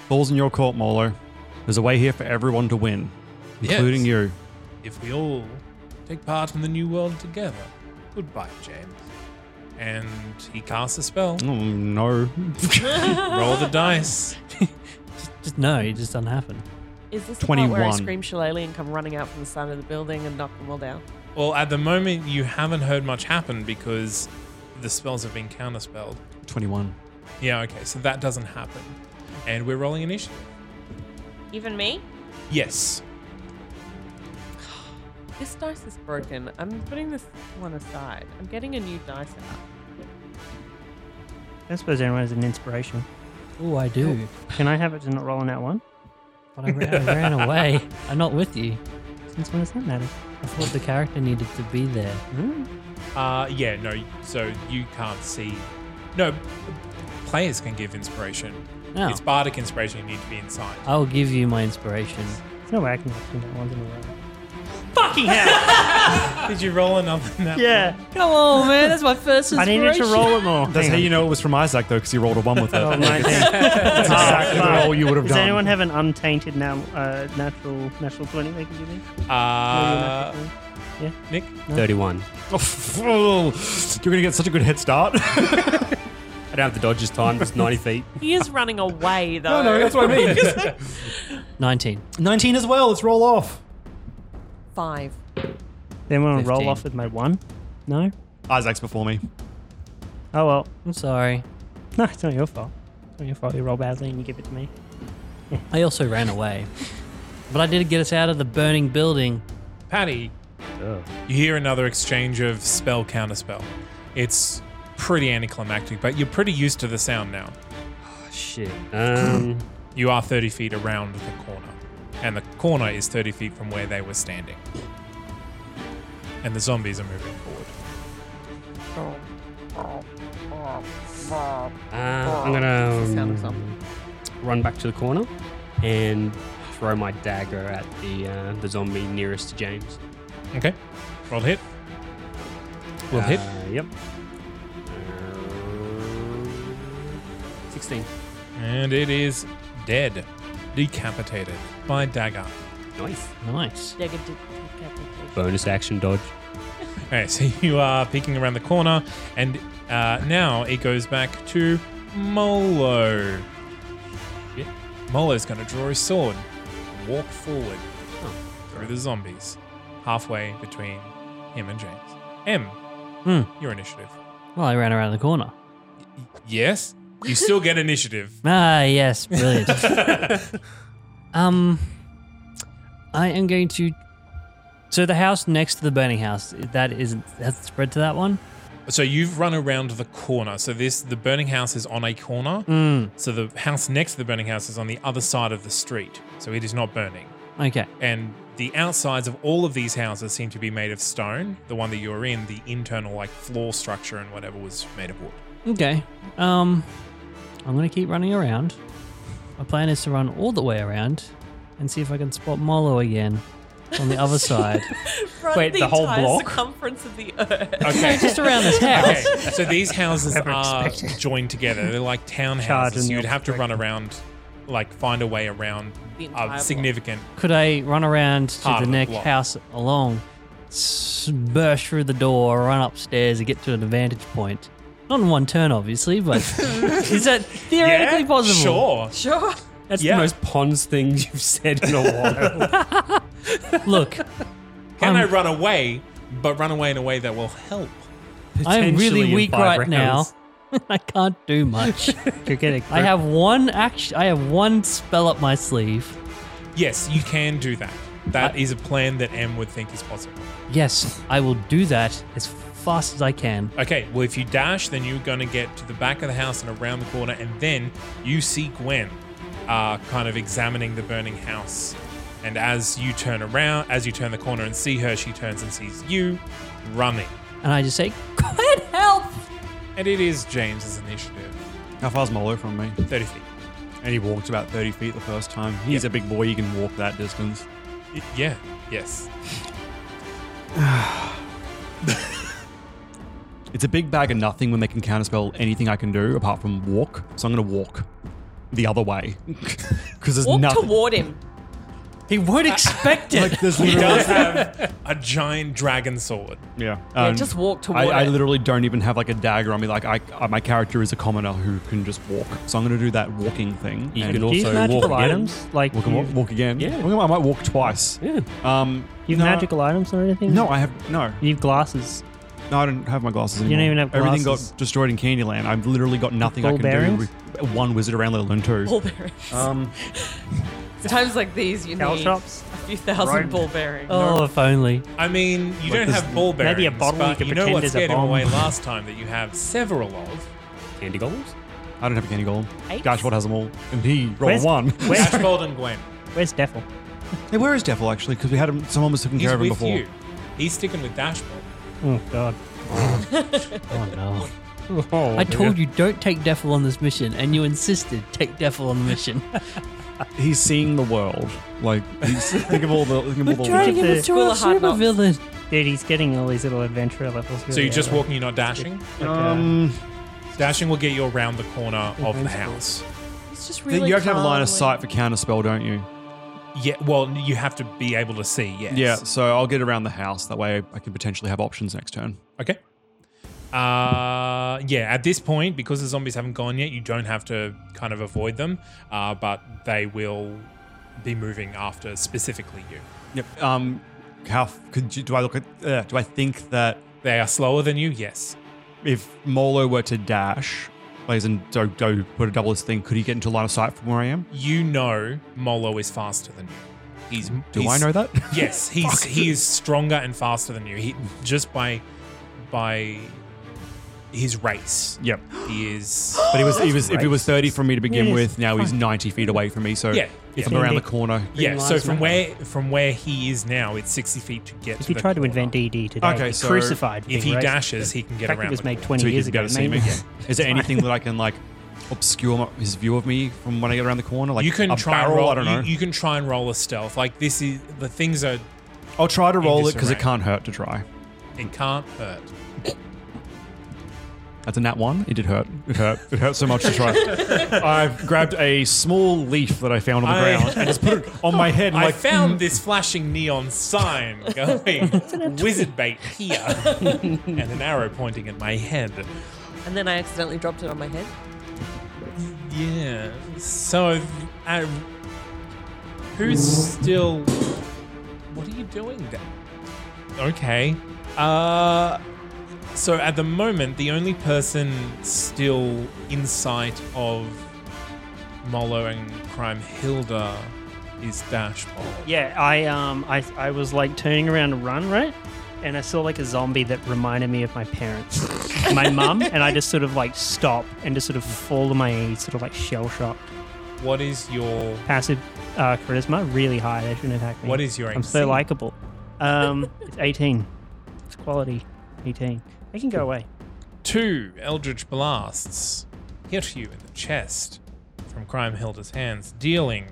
G: Balls in your court, Molo. There's a way here for everyone to win, including
C: Yes.
G: you.
C: If we all take part in the new world together, goodbye, James. And he casts a spell.
J: Mm.
G: Oh, no.
C: [LAUGHS] Roll the dice.
I: Just no, it just doesn't happen.
E: Is this the part where I
C: 21.
E: scream shillelagh and come running out from the side of the building and knock them all down?
C: Well, at the moment, you haven't heard much happen because the spells have been counterspelled.
G: 21.
C: Yeah, okay, so that doesn't happen. And we're rolling initiative.
E: Even me?
C: Yes.
E: This dice is broken. I'm putting this one aside. I'm getting a new dice out.
J: I don't suppose anyone has an inspiration.
I: Oh, I do.
J: Can I have it to not roll on that one?
I: But I ran, I ran away. I'm not with you. Since when does that matter? I thought the character needed to be there.
C: Uh, yeah, no, so you can't see. No, players can give inspiration.
I: Oh.
C: It's bardic inspiration, you need to be inside.
I: I'll give you my inspiration.
J: There's no way I can have two that ones in a row.
C: Fucking hell! Did you roll another nat
J: Yeah.
N: Come on, man. That's my first
J: I needed to roll it more.
G: That's
J: Hang
G: how
J: on.
G: you know it was from Isaac, though, because he rolled a one with
C: [LAUGHS]
G: it.
J: Oh, my thing.
G: That's exactly the roll you would have
J: Does
G: done.
J: anyone have an untainted now, uh, natural natural twenty they can give me?
C: Uh,
J: yeah.
C: Nick?
J: No?
O: 31.
G: Oh, f- oh, you're going to get such a good head start.
O: [LAUGHS] I don't have the dodges time. It's 90
G: [LAUGHS]
O: feet.
E: He is running away, though.
G: Oh, no, that's what I
E: [LAUGHS]
C: [LAUGHS]
G: mean.
I: 19.
G: 19 as well. Let's roll off.
E: Five.
J: Then we'll roll
I: 15.
J: off with my one. No.
G: Isaac's before me.
J: Oh well.
I: I'm sorry.
J: No, it's not your fault. It's not your fault. You roll badly and you give it to me.
I: I also ran away. But I did get us out of the burning building.
C: Patty, you hear another exchange of spell counter spell. It's pretty anticlimactic, but you're pretty used to the sound now.
O: Shit. Um,
C: You are 30 feet around the corner, and the corner is 30 feet from where they were standing. And the zombies are moving forward.
O: uh, I'm
E: That's the
O: gonna
E: sound of
O: um, run back to the corner and throw my dagger at the uh, the zombie nearest to James.
C: Okay, roll to hit. Will hit.
O: Uh, Yep. Uh, Um, 16.
C: And it is dead, decapitated by dagger.
O: Nice.
I: Nice.
E: Negative
O: Bonus action dodge.
C: Okay, [LAUGHS] so you are peeking around the corner, and uh, now it goes back to Molo. Yeah. Molo's going to draw his sword, and walk forward through the zombies, halfway between him and James. M,
I: Hmm.
C: your initiative.
I: Well, I ran around the corner.
C: Yes, you still get initiative. [LAUGHS]
I: Ah, yes, brilliant. um, I am going to. So the house next to the burning house that isn't that's spread to that one.
C: So you've run around the corner. So this the burning house is on a corner.
I: Mm.
C: So the house next to the burning house is on the other side of the street. So it is not burning.
I: Okay.
C: And the outsides of all of these houses seem to be made of stone. The one that you're in, the internal like floor structure and whatever was made of wood.
I: Okay. Um, I'm gonna keep running around. My plan is to run all the way around and see if I can spot Molo again on the other side.
E: Run entire Circumference of the earth.
C: Okay.
I: Just around this house.
C: Okay. So these houses
I: Never
C: are
I: expected.
C: joined together. They're like
I: Charging
C: townhouses.
I: the
C: You'd have to run around, like find a way around
E: The entire
C: a
E: block.
C: significant.
I: Could I run around to
C: Part
I: the
C: of the
I: next
C: block.
I: house along, s- burst through the door, run upstairs, and get to an advantage point? Not in one turn, obviously, but [LAUGHS] is that theoretically
C: Yeah,
I: possible?
C: Sure.
E: Sure.
O: That's
I: Yeah.
O: the most Pons thing you've said in a while.
I: [LAUGHS] Look,
C: Can I run away? But run away in a way that will help.
I: I am
O: Potentially
I: really
O: in
I: weak
O: five
I: right
O: rounds.
I: now. I can't do much.
J: You're getting.
I: I have one action. I have one spell up my sleeve.
C: Yes, you can do that. That is a plan that M would think is possible.
I: Yes, I will do that as fast as I can.
C: Okay, well, if you dash, then you're going to get to the back of the house and around the corner, and then you see Gwen uh, kind of examining the burning house. And as you turn around, as you turn the corner and see her, she turns and sees you running.
I: And I just say,
N: Good help.
C: And it is James's initiative.
G: How far's Molo from me?
C: 30 feet.
G: And he walked about 30 feet the first time. He's a big boy, he can walk that distance.
C: yeah, yes.
G: It's a big bag of nothing when they can counterspell anything I can do apart from walk. So I'm going to walk the other way. Because there's
E: Walk
G: nothing.
E: toward him.
F: He won't expect it.
I: [LAUGHS]
G: Like, there's
C: he
G: literally-
C: does have a giant dragon sword.
G: Yeah. um,
C: Yeah, just walk toward
G: I, I
C: it.
G: literally don't even have like a dagger on me. Like I, I, my character is a commoner who can just walk. So I'm going to do that walking thing.
F: You
G: and
F: can use magical items, like
G: walk, and
F: you-
G: walk, walk again. Yeah. I might walk twice. Yeah. Um.
J: You've
G: no,
J: magical items or anything?
G: No, I have no.
J: You've glasses.
G: No, I don't have my glasses
J: You don't
G: anymore.
J: even have
G: Everything
J: glasses.
G: got destroyed in Candyland. I've literally got nothing I
J: Ball
G: can
J: bearings?
G: do with one wizard around, let alone two.
E: Ball bearings.
G: Um.
E: Times like these, you
J: Cow
E: need
J: shops.
E: a few thousand
J: Right.
E: ball bearings.
L: Oh, if only.
C: I mean, you
L: Like
C: don't
L: this-
C: have ball bearings,
L: maybe a bottle you
C: but
L: could
C: you know
L: pretend
C: what
L: is a
C: scared him
L: bomb.
G: [LAUGHS]
C: away last time that you have several of.
H: Candy golems?
G: I don't have a candy golem.
C: Eight?
G: Gashbold has them all, and he rolled a
J: Where's-
G: one. [LAUGHS]
J: where's-
C: Ashbold and Gwen.
J: Where's Devil?
G: Hey, where is Devil actually? Because we had him. Someone was taking
C: He's
G: care of him
C: with
G: before.
C: you. He's sticking with Dashboard.
J: Oh god.
L: oh no. I told you don't take Defil on this mission, and you insisted take Defil on the mission.
G: He's seeing the world. Like
J: [LAUGHS]
G: he's, think of all the think of all the.
L: trying to give it to a super villain.
J: Dude, he's getting all these little adventure levels.
C: So you're just walking, you're not dashing?
J: uh,
G: Um,
C: Dashing will get you around the corner of the house.
E: It's just
G: you have to have a line of sight for counterspell, don't you?
C: Yeah, well, you have to be able to see, yes.
G: Yeah. So I'll get around the house. That way, I can potentially have options next turn.
C: Okay. Uh, yeah, at this point, because the zombies haven't gone yet, you don't have to kind of avoid them, uh, but they will be moving after specifically you.
G: Yep. Um, how f- could you? Do I look at? Uh, do I think that
C: they are slower than you? Yes.
G: If Molo were to dash, plays and go go put a double his thing, could he get into line of sight from where I am?
C: You know Molo is faster than you. He's
G: Do
C: he's-
G: I know that?
C: [LAUGHS]
G: [LAUGHS]
C: Yes, he's
G: Fuck.
C: he is stronger and faster than you. He just by by his race.
G: Yep.
C: He is
G: [GASPS] But he was he was if he was thirty from me to begin
C: Yes.
G: with, now he's ninety feet away from me. So
C: Yeah,
G: if
C: yeah.
G: I'm around the corner,
C: Yeah, so from where from where he is now, it's sixty feet to get
J: If
C: to
J: you
C: the
J: tried to invent DD today,
G: Okay,
J: he
G: so
J: crucified. for
C: if he
J: being racist.
C: dashes, he can get
J: In fact,
C: around
J: It was
C: the
J: made
C: wall.
J: twenty
G: so he
J: years
G: can
J: ago.
G: better see me.
J: maybe.
G: [LAUGHS] Is there
J: It's fine.
G: anything that I can like obscure my, his view of me from when I get around the corner? Like
C: you can
G: a
C: try and
G: barrel?
C: roll.
G: I don't know.
C: You, you can try and roll a stealth. Like this is the things are.
G: I'll try to
C: in
G: roll it because it
C: disarray.
G: can't hurt to try.
C: It can't hurt.
G: That's a nat one. It did hurt. It hurt. It hurt so much to try. [LAUGHS] I grabbed a small leaf that I found on the
C: I-
G: ground and just put it on my head. And
C: I
G: like,
C: found this flashing neon sign going [LAUGHS] wizard bait here, and an arrow pointing at my head.
E: And then I accidentally dropped it on my head.
C: Yeah. So, uh, who's still? What are you doing? Da- Okay. Uh, so at the moment, the only person still in sight of Molo and Crime Hilda is Dashball.
J: Yeah, I um, I I was like turning around to run right, and I saw like a zombie that reminded me of my parents,
C: [LAUGHS]
J: my mum, and I just sort of like stop and just sort of fall to my knees, sort of like shell shocked.
C: What is your
J: Passive uh, charisma really high. They shouldn't have hacked me.
C: What is your
J: I'm so
C: AC?
J: likable. Um, it's 18. It's quality. 18.
C: [LAUGHS]
J: They can go away.
C: Two Eldritch blasts hit you in the chest from Crime Hilda's hands, dealing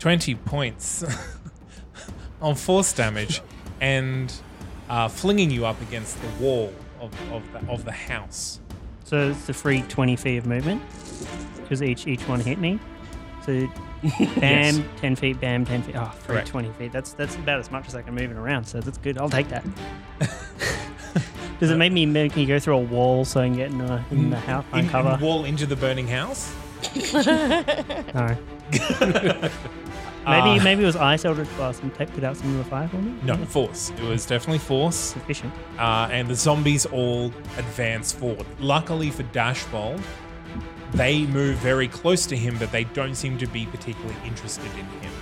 C: 20 points [LAUGHS] on force damage and uh, flinging you up against the wall of, of, the, of the house.
J: So it's a free 20 feet of movement because each each one hit me.
C: [LAUGHS]
J: So bam, 10 feet, bam, 10 feet. Oh, free
C: Correct.
J: 20 feet. That's that's about as much as I can move it around. So that's good. I'll
C: [LAUGHS]
J: take that. Does it make me make me go through a wall so I can get in the, in the house
C: Mm, In- in
J: cover?
C: wall into the burning house? [LAUGHS]
J: No. [LAUGHS]
C: Uh,
J: Maybe maybe it was ice eldritch blast and take, put out some of the fire for me.
C: No, force. It was definitely force. Sufficient. Uh, and the zombies all advance forward. Luckily for Dashbold, they move very close to him, but they don't seem to be particularly interested in him.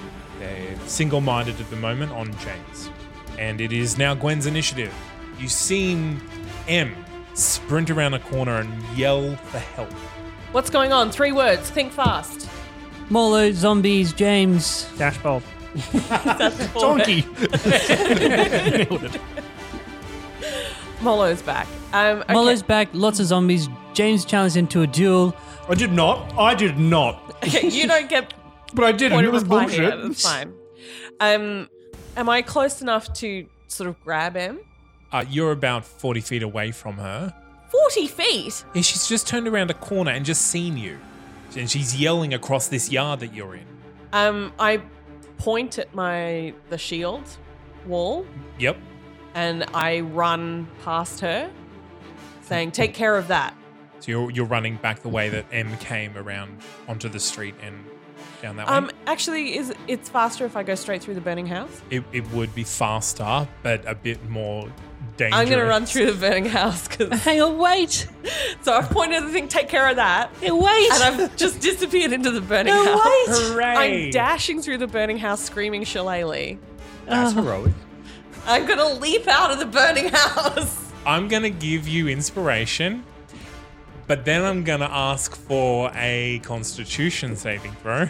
C: They're single minded at the moment on James. And it is now Gwen's initiative. You seen M sprint around a corner and yell for help.
E: What's going on? Three words. Think fast.
L: Molo, zombies, James.
J: Dashbolt.
E: Donkey. Molo's back. Um, okay.
L: Molo's back, lots of zombies. James challenged into a duel.
G: I did not. I did not.
E: Okay, you
G: [LAUGHS]
E: don't get.
P: But I didn't.
E: point
P: It
E: of
P: was
E: reply here.
P: bullshit.
E: That's fine. Um, am I close enough to sort of grab him?
C: Uh, you're about 40 feet away from her.
E: Forty feet.
C: Yeah, she's just turned around a corner and just seen you. And she's yelling across this yard that you're in.
E: Um, I point at my the shield wall
C: Yep.
E: and I run past her, saying, "Take care of that."
C: So you're, you're running back the way that M came around onto the street and down that
E: Um,
C: way.
E: actually, is it's faster if I go straight through the burning house?
C: It, it would be faster, but a bit more dangerous.
E: I'm gonna run [LAUGHS] through the burning house
C: [LAUGHS]
E: because.
L: Hang on, wait.
E: So I've pointed at the thing. Take care of that.
L: wait.
E: And I've just disappeared into the burning
L: No,
E: house.
L: wait.
P: Hooray.
E: I'm dashing through the burning house, screaming shillelagh.
P: That's
E: Oh.
P: heroic.
E: I'm gonna leap out of the burning [LAUGHS] house.
C: I'm going to give you inspiration, but then I'm going to ask for a constitution saving throw.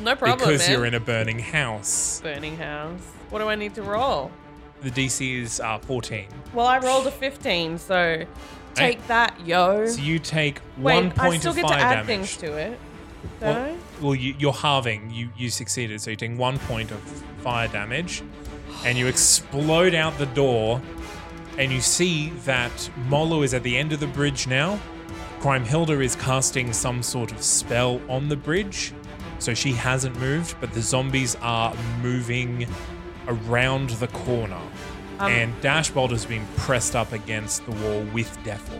E: No problem.
C: Because
E: man.
C: you're in a burning house.
E: burning house. What do I need to roll?
C: The DC is uh, 14.
E: Well, I rolled a 15, so take that, yo.
C: So you take
E: Wait,
C: one point
E: I still
C: of
E: get
C: fire
E: to add
C: damage.
E: things to it. Don't
C: Well, well, you, you're halving. You you succeeded, so you're taking one point of fire damage, and you explode out the door, and you see that Molo is at the end of the bridge now. Grimhilda is casting some sort of spell on the bridge, so she hasn't moved, but the zombies are moving around the corner.
E: Um,
C: and Dashbolt has been pressed up against the wall with Defil.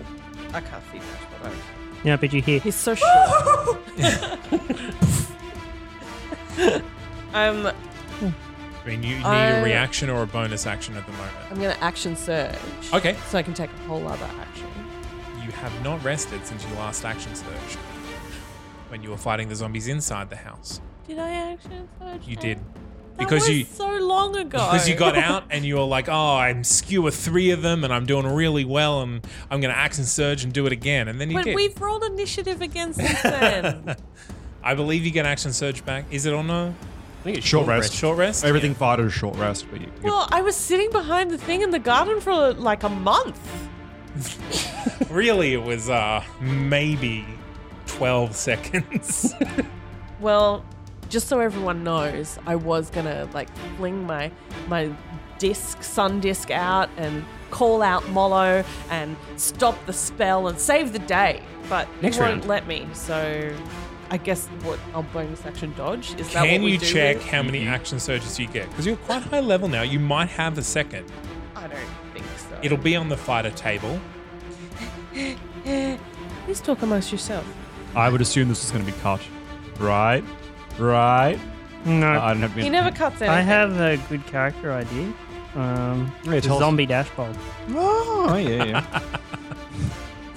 E: I can't see that. but I-
J: No, but you hear.
C: [LAUGHS]
E: He's so short. um,
C: I mean, you need
E: I-
C: a reaction or a bonus action at the moment.
E: I'm gonna action surge.
C: Okay.
E: So I can take a whole other action.
C: You have not rested since your last action surge when you were fighting the zombies inside the house.
E: Did I action surge?
C: You
E: now?
C: did.
E: That
C: Because
E: was
C: you
E: so long ago.
C: because you
E: [LAUGHS]
C: got out and you were like, "Oh, I'm skewer three of them, and I'm doing really well, and I'm gonna action surge and do it again." And then you
E: But
C: did.
E: we've rolled initiative against since then.
C: [LAUGHS] I believe you get action surge back. Is it on a? I think
G: it's Short short rest. rest.
C: Short rest.
G: Everything fighter is short rest, but you can
E: Well, I was sitting behind the thing in the garden for like a month.
C: really, it was uh maybe twelve [LAUGHS] seconds.
E: Well, just so everyone knows, I was gonna like fling my my disc, sun disc out and call out Molo and stop the spell and save the day, but
C: Next
E: you won't
C: round.
E: let me. So I guess what I'll bonus action dodge is that
C: Can
E: what we
C: you
E: do
C: check
E: with- Mm-hmm.
C: how many action surges you get? Because you're quite high level now. You might have a second.
E: I don't think so.
C: It'll be on the fighter table.
E: Please talk amongst yourself.
G: I would assume this is going to be cut. Right? Right?
J: No.
G: I don't have
E: He never cuts
H: [LAUGHS]
E: anything.
J: I have a good character idea. Um,
G: Yeah, tell us.
J: zombie dashboard.
G: Oh, yeah, yeah.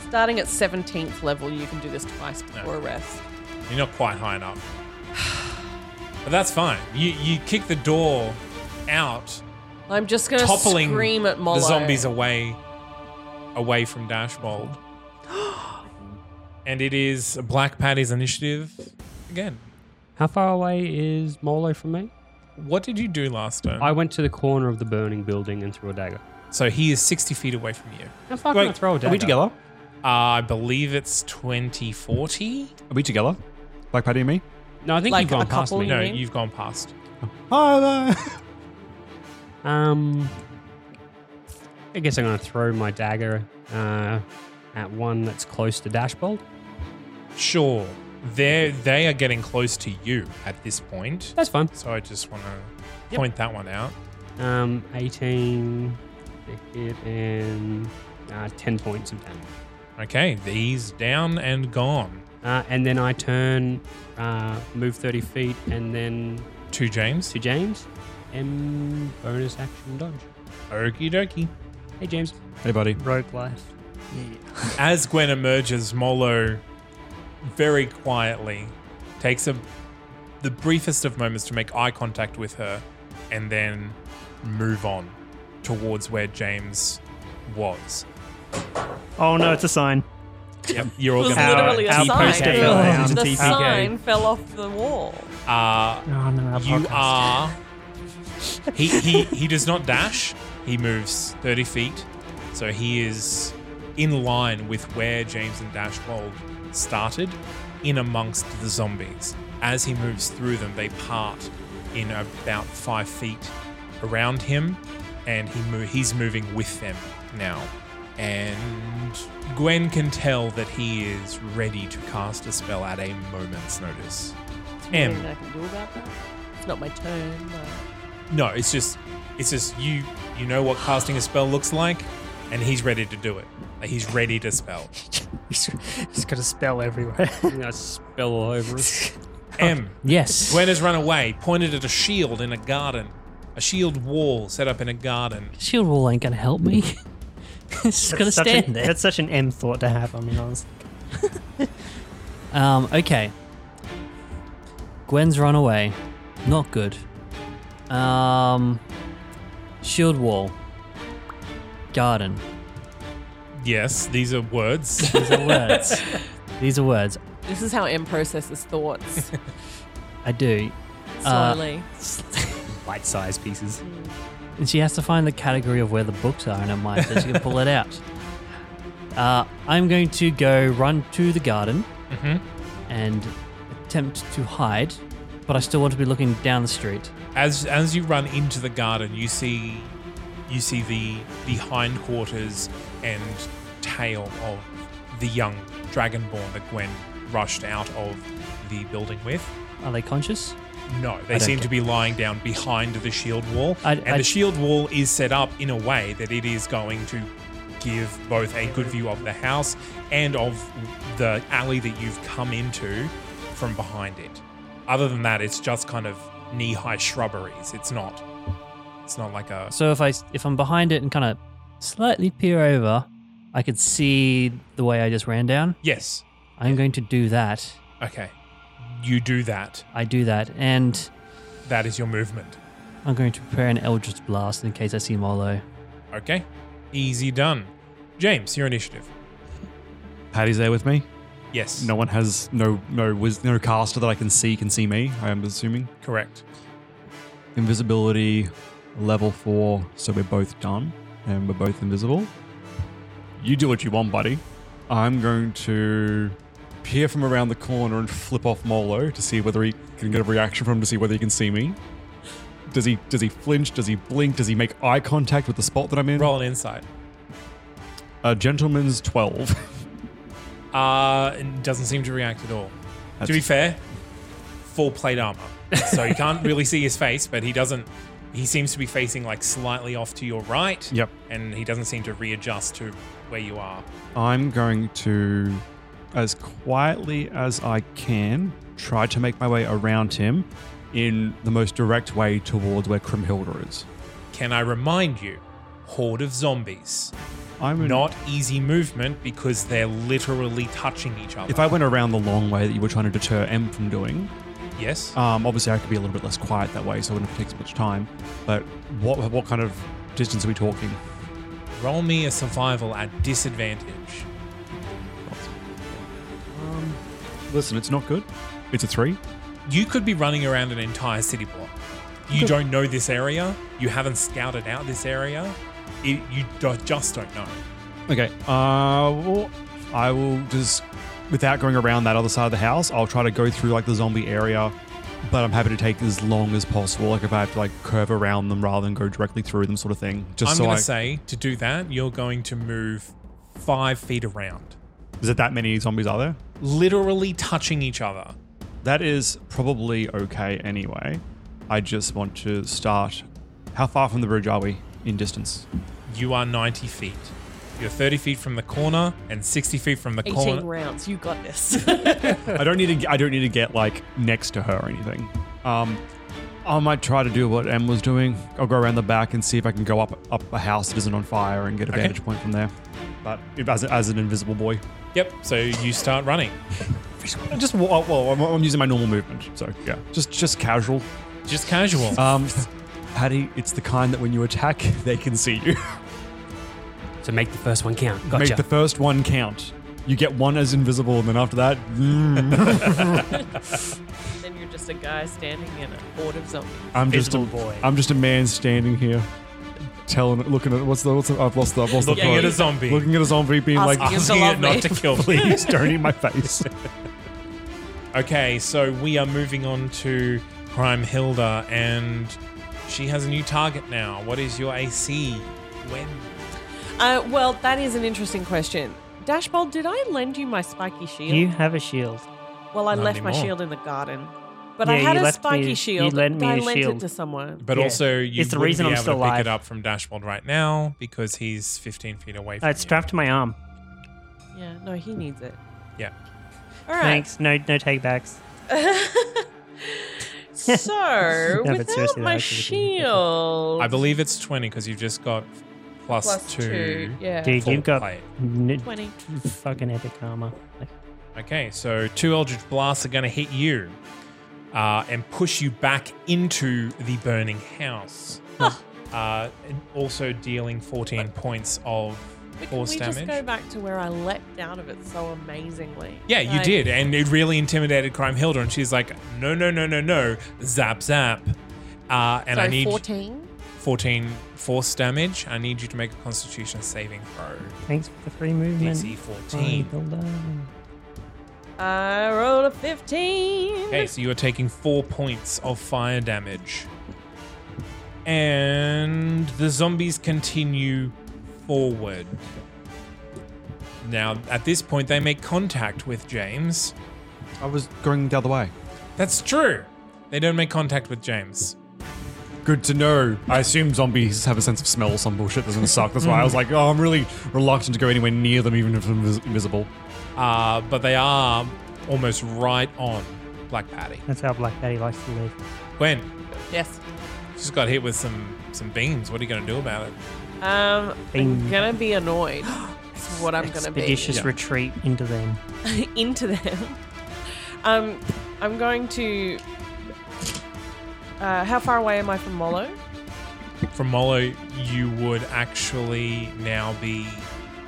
E: Starting at 17th level, you can do this twice before a rest.
C: You're not quite high enough. But that's fine. You you kick the door out,
E: I'm just gonna
C: toppling
E: scream at Molo.
C: the zombies away away from
E: [GASPS]
C: Dashbold. and it is Black Patty's initiative again.
H: How far away is Molo from me?
C: What did you do last turn?
H: I went to the corner of the burning building and threw a dagger.
C: so he is 60 feet away from you.
H: How far can I throw a dagger?
C: Uh, I believe it's 2040.
G: Are we together? Black Patty and me?
H: No, I think
C: Like
H: you've gone
C: a
H: past
C: couple,
H: me.
C: you No, mean? you've gone past.
G: Hi
H: there. Um, I guess I'm going to throw my dagger uh, at one that's close to Dashbold.
C: Sure. They're, they are getting close to you at this point.
H: That's fine.
C: So I just want to
H: Yep.
C: point that one out.
H: Um, 18 to hit and uh, 10 points of damage.
C: Okay, these down and gone.
H: Uh, and then I turn, uh, move 30 feet, and then.
C: To James?
H: To James. And bonus action dodge.
C: Okie dokie.
H: Hey, James.
G: Hey, buddy.
J: Rogue life.
C: As Gwen emerges, Molo very quietly takes a, the briefest of moments to make eye contact with her and then move on towards where James was.
J: Oh no, it's
L: [LAUGHS]
J: a sign.
C: Yep, you're all
J: It
C: going
J: was
C: to
J: literally a Our sign. poster
E: Oh,
J: fell down.
E: The
J: TPK.
E: sign fell off the wall.
C: Uh,
J: Oh, no, our
C: you
J: podcast.
C: are. He, he he does not dash. He moves thirty feet, so he is in line with where James and Dashbold started, in amongst the zombies. As he moves through them, they part in about five feet around him, and he mo- he's moving with them now. And Gwen can tell that he is ready to cast a spell at a moment's notice. M.
E: Anything I can do about that? It's not my turn. but-
C: No, it's just it's just you you know what casting a spell looks like, and he's ready to do it. Like, he's ready to spell.
J: He's got a spell [LAUGHS] everywhere.
C: spell all over
L: [LAUGHS]
C: us. M.
J: Yes.
C: Gwen has run away, pointed at a shield in a garden. A shield wall set up in a garden.
L: Shield wall ain't gonna help me. [LAUGHS] it's
J: That's
L: gonna
J: such
L: stand
J: an-
L: there.
J: That's such an M thought to have. I mean, honestly.
L: [LAUGHS] Um, okay. Gwen's run away. Not good. Um, shield wall. Garden.
C: Yes, these are words.
L: These are words. These are words.
E: This is how M processes
J: [LAUGHS]
E: thoughts.
L: I do. Uh,
E: Slowly.
H: Bite-sized pieces.
L: and she has to find the category of where the books are in her mind so she can pull it out. Uh, I'm going to go run to the garden
C: Mhm.
L: and attempt to hide, but I still want to be looking down the street.
C: As as you run into the garden, you see you see the the hindquarters and tail of the young dragonborn that Gwen rushed out of the building with.
L: Are they conscious?
C: No,
L: I
C: they
L: don't
C: seem
L: care.
C: to be lying down behind the shield wall,
L: I-
C: and
L: I-
C: the shield wall is set up in a way that it is going to give both a good view of the house and of the alley that you've come into from behind it. Other than that, it's just kind of knee-high shrubberies. It's not. It's not like a.
L: So if I if I'm behind it and kind of slightly peer over, I could see the way I just ran down.
C: Yes.
L: I'm going to do that.
C: Okay. You do that.
L: I do that, and
C: That is your movement.
L: I'm going to prepare an Eldritch Blast in case I see Molo.
C: Okay. Easy done. James, your initiative.
G: Patty's there with me.
C: Yes.
G: No one has no no wiz- no caster that I can see can see me. I am assuming
C: Correct.
G: invisibility level four. So we're both done and we're both invisible. You do what you want, buddy. I'm going to peer from around the corner and flip off Molo to see whether he can get a reaction from him to see whether he can see me. Does he does he flinch? Does he blink? Does he make eye contact with the spot that I'm in?
C: Roll an insight.
G: A gentleman's twelve.
C: Uh, and doesn't seem to react at all. to be fair, full plate armor, so you can't really see his face, but he doesn't. He seems to be facing like slightly off to your right.
G: Yep.
C: And he doesn't seem to readjust to where you are.
G: I'm going to, as quietly as I can, try to make my way around him in the most direct way towards where Krimhilda is.
C: Can I remind you, horde of zombies.
G: [LAUGHS] I'm in-
C: not easy movement because they're literally touching each other.
G: If I went around the long way that you were trying to deter M from doing,
C: yes.
G: um, obviously I could be a little bit less quiet that way, so it wouldn't take so much time. But what what kind of distance are we talking?
C: Roll me a survival at disadvantage.
G: Um, listen, it's not good. It's a three.
C: You could be running around an entire city block. You
G: Good.
C: don't know this area. You haven't scouted out this area. It, you do, just don't know.
G: Okay. Uh, well, I will just, without going around that other side of the house, I'll try to go through like the zombie area, but I'm happy to take as long as possible. Like if I have to like curve around them rather than go directly through them, sort of thing. Just
C: I'm
G: so
C: going
G: I
C: to say to do that, you're going to move five feet around,
G: is it that many zombies are there?
C: literally touching each other.
G: That is probably okay anyway. I just want to start. How far from the bridge are we in distance?
C: You are 90 feet. You're 30 feet from the corner and 60 feet from the
E: 18
C: corner.
E: rounds. You got
J: [LAUGHS]
E: this.
G: I don't need to. I don't need to get like next to her or anything. Um, I might try to do what Em was doing. I'll go around the back and see if I can go up up a house that isn't on fire and get a
C: Okay.
G: vantage point from there. But if- as, as an invisible boy,
C: Yep. So you start running.
G: just wa- uh, well, I'm, I'm using my normal movement, so yeah, just just casual,
C: just casual.
G: Um, [LAUGHS] Patty, it's the kind that when you attack, [LAUGHS] they can see you.
H: So make the first one count.
G: Make
H: Gotcha.
G: the first one count. You get one as invisible, and then after that, mm.
E: then you're just a guy standing in a horde of zombies.
G: I'm just a, am just a man standing here, telling, looking at what's the what's the, I've lost the I've lost the
C: Looking
G: point.
C: at a zombie.
G: looking at a zombie, being
C: Asking
G: like, [LAUGHS]
C: it to Asking it love not me. to kill me.
G: please don't eat my face.
C: Okay, so we are moving on to Crime Hilda, and she has a new target now. What is your AC? When?
E: [LAUGHS] Uh, well, that is an interesting question. Dashbold, did I lend you my spiky shield?
J: You have a shield.
E: Well, I
J: Not
E: left my
J: anymore.
E: shield in the garden. But I
J: Yeah,
E: had a
J: you left me-
E: spiky
J: you
E: shield.
J: lent
E: and
J: me
E: I
J: a
E: lent it
J: shield.
E: to someone.
C: But
J: Yeah.
C: also, you
J: It's the
C: wouldn't
J: reason
C: be
J: I'm
C: able
J: still
C: to pick
J: alive.
C: it up from Dashboard right now because he's 15 feet away
J: Uh,
C: from
J: it's strapped to my arm.
E: Yeah, no, he needs it.
C: Yeah.
E: All right.
J: Thanks. No, no takebacks. [LAUGHS]
E: So,
J: No, but
E: without
J: seriously,
E: my
J: that actually would be
E: shield.
C: I believe it's 20 because you've just got plus,
E: Plus
C: two.
E: two, yeah.
J: Dude,
C: for
J: you've got
C: plate.
J: n-
E: 20.
J: fucking epic armor. Like,
C: Okay, so two Eldritch Blasts are going to hit you uh, and push you back into the burning house. Uh, and also dealing 14 points of
E: But can we
C: force damage.
E: just go back to where I leapt out of it so amazingly?
C: Yeah, you
E: Like,
C: did, and it really intimidated Crime Hilda, and she's like, "No, no, no, no, no, zap, zap." Uh, and I
E: so
C: need
E: 14.
C: 14 force damage. I need you to make a Constitution saving throw.
J: Thanks for the free movement.
C: DC 14.
J: Bodybuilder.
E: I rolled a 15.
C: Okay, so you are taking four points of fire damage, and the zombies continue forward. Now, at this point, they make contact with James.
G: I was going the other way.
C: That's true. They don't make contact with James.
G: Good to know. I assume zombies have a sense of smell or some bullshit that's gonna suck. That's why I
C: [LAUGHS]
G: was like, oh, I'm really reluctant to go anywhere near them, even if I'm vis- invisible.
C: Uh, but they are almost right on Black Patty.
J: That's how Black Daddy likes to live.
C: Gwen,
E: Yes.
C: she's got hit with some some beams. What are you going to do about it?
E: Um, I'm
J: Bing.
E: gonna be
C: [GASPS]
E: annoyed. That's what I'm gonna be.
J: Expeditious retreat into them.
E: [LAUGHS] into them. Um, I'm going to. Uh, how far away am I from Molo?
C: From Molo, you would actually now be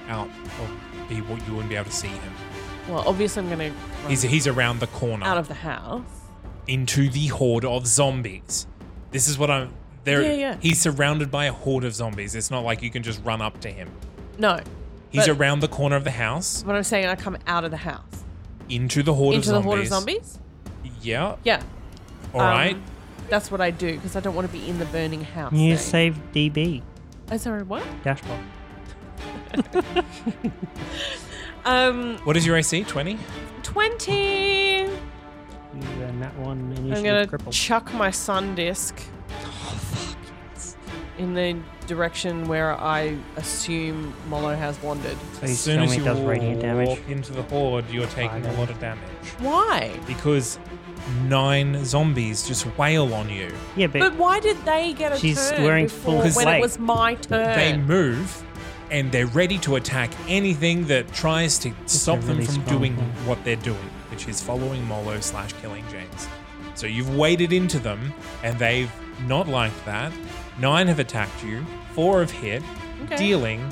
C: out, or be what you wouldn't be able to see him.
E: Well, obviously I'm gonna. run
C: He's he's around the corner
E: out of the house.
C: into the horde of zombies. This is what I'm. There,
E: Yeah, yeah.
C: he's surrounded by a horde of zombies. It's not like you can just run up to him.
E: No,
C: He's
E: But-
C: around the corner of the house
E: but I'm saying I come out of the house
C: into the horde
E: into
C: of
E: the
C: zombies.
E: horde of zombies.
C: Yeah.
E: Yeah. um,
C: All right.
E: That's what I do because I don't want to be in the burning house.
J: You
E: eh?
J: saved DB.
E: Oh, sorry, what?
J: Dashboard.
E: Um,
C: What is your AC? Twenty.
E: twenty.
J: You and that one, and you
E: I'm
J: should
E: gonna
J: be crippled.
E: chuck my sun disc in the direction where I assume Molo has wandered.
C: As soon as you
J: radiant damage.
C: walk into the horde, you're taking a lot of damage
E: Why?
C: because nine zombies just wail on you.
J: Yeah,
E: But, why did they get a
C: She's
E: turn
C: wearing
E: before
C: full
E: when
C: plate.
E: it was my turn?
C: They move and they're ready to attack anything that tries to stop them
J: really
C: from
J: strong
C: doing
J: thing.
C: what they're doing, which is following Molo slash killing James. So you've waded into them and they've not liked that. Nine have attacked you, four have hit,
E: Okay.
C: dealing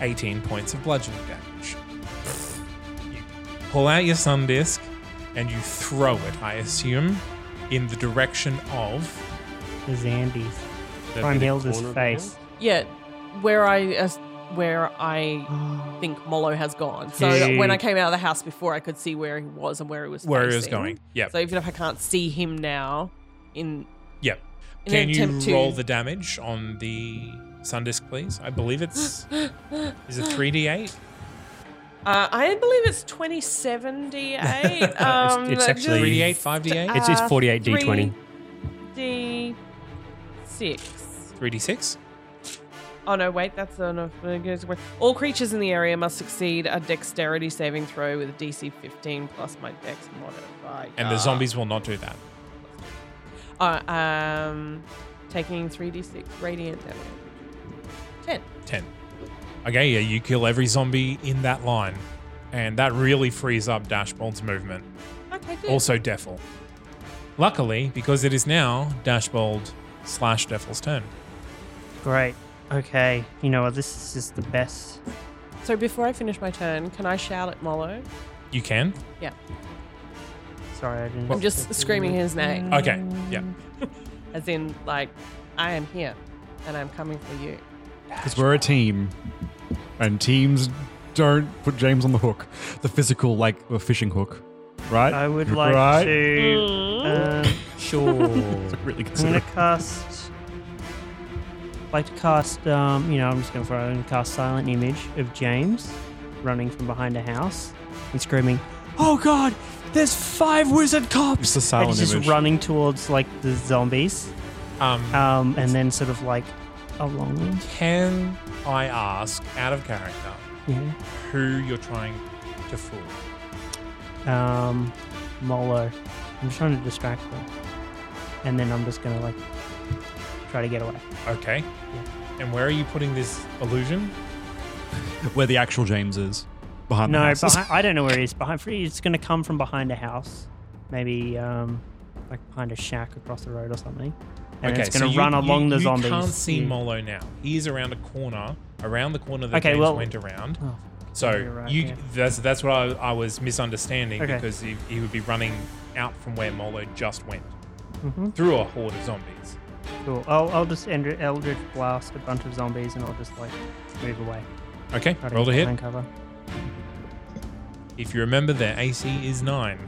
C: 18 points of bludgeoning damage. You pull out your sun disk and you throw it, I assume, in the direction of
J: The Zambies.
C: The-
J: Prime
C: the
J: Hilda's
C: corner of the
J: face.
E: Yeah, where I uh, where
C: [GASPS]
E: I think Molo has gone. So that when I
J: Dude.
E: came out of the house before, I could see where he was and where he was.
C: Where he was
E: facing.
C: going, yep.
E: So even if I can't see him now, in
C: Yep.
E: In an
C: Can you
E: attempt to-
C: roll the damage on the sun disk, please? I believe
E: [GASPS]
C: it's is it three d eight.
E: uh, I believe it's twenty um, seven
C: [LAUGHS]
E: d eight.
H: Uh, it's- it's actually-
C: 3d8,
E: Ah.
C: 5d8?
H: It's- it's 48 D20.
E: D six.
C: Three d six.
E: Oh no, wait, that's enough. All creatures in the area must succeed a dexterity saving throw with a DC 15 plus my dex modifier.
C: And the zombies will not do that.
E: Uh, um, taking 3d6 radiant damage. 10.
C: Ten. Okay, yeah, you kill every zombie in that line, and that really frees up Dashbold's movement.
E: Okay, good.
C: Also, Defil. Luckily, because it is now Dashbold slash Defil's turn.
J: Great. Okay. You know what? This is just the best.
E: So before I finish my turn, can I shout at Molo?
C: You can.
E: Yeah.
J: Sorry, I didn't.
E: I'm
A: Oh.
E: just screaming his name.
C: Okay. Yeah.
E: As in, like, I am here and I'm coming for you.
G: Because we're a team, and teams don't put James on the hook. The physical, like, the fishing hook. right?
C: [LAUGHS]
J: I would like
G: Right?
J: to.
E: Mm.
J: um,
G: [LAUGHS] It's really
J: I'm gonna
G: considerate.
J: cast. Like to cast. Um, you know, I'm just gonna throw and cast silent image of James running from behind a house and screaming, "Oh God! There's five wizard cops!"
G: It's a silent
J: and he's
G: image.
J: just running towards like the zombies.
C: Um,
J: um, and then sort of like along them.
C: Can I ask, out of character,
J: Yeah.
C: who you're trying to fool?
J: um, Molo. I'm just trying to distract them, and then I'm just gonna like try to get away.
C: Okay. And where are you putting this illusion?
G: [LAUGHS] Where the actual James is. Behind
J: no,
G: the houses.
C: [LAUGHS]
J: behind, I don't know where it is. Behind, it's gonna come from behind a house, maybe um, like behind a shack across the road or something, and
C: okay,
J: it's gonna
C: so you-
J: run along
C: you,
J: the
C: you
J: zombies. Hmm.
C: can't see
J: Yeah.
C: Molo now. He is around a corner, around the corner that
J: Okay,
C: James
J: well-
C: went around.
J: Oh,
C: so
J: you're right,
C: you
J: yeah.
C: that's that's what I, I was misunderstanding
J: Okay.
C: because he, he would be running out from where Molo just went
J: Mhm.
C: through a horde of zombies.
J: Cool. I'll, I'll just end it- Eldritch blast a bunch of zombies, and I'll just like move away.
C: Okay,
J: Try
C: roll
J: get
C: to hit.
J: behind Cover.
C: If you remember, their AC is nine.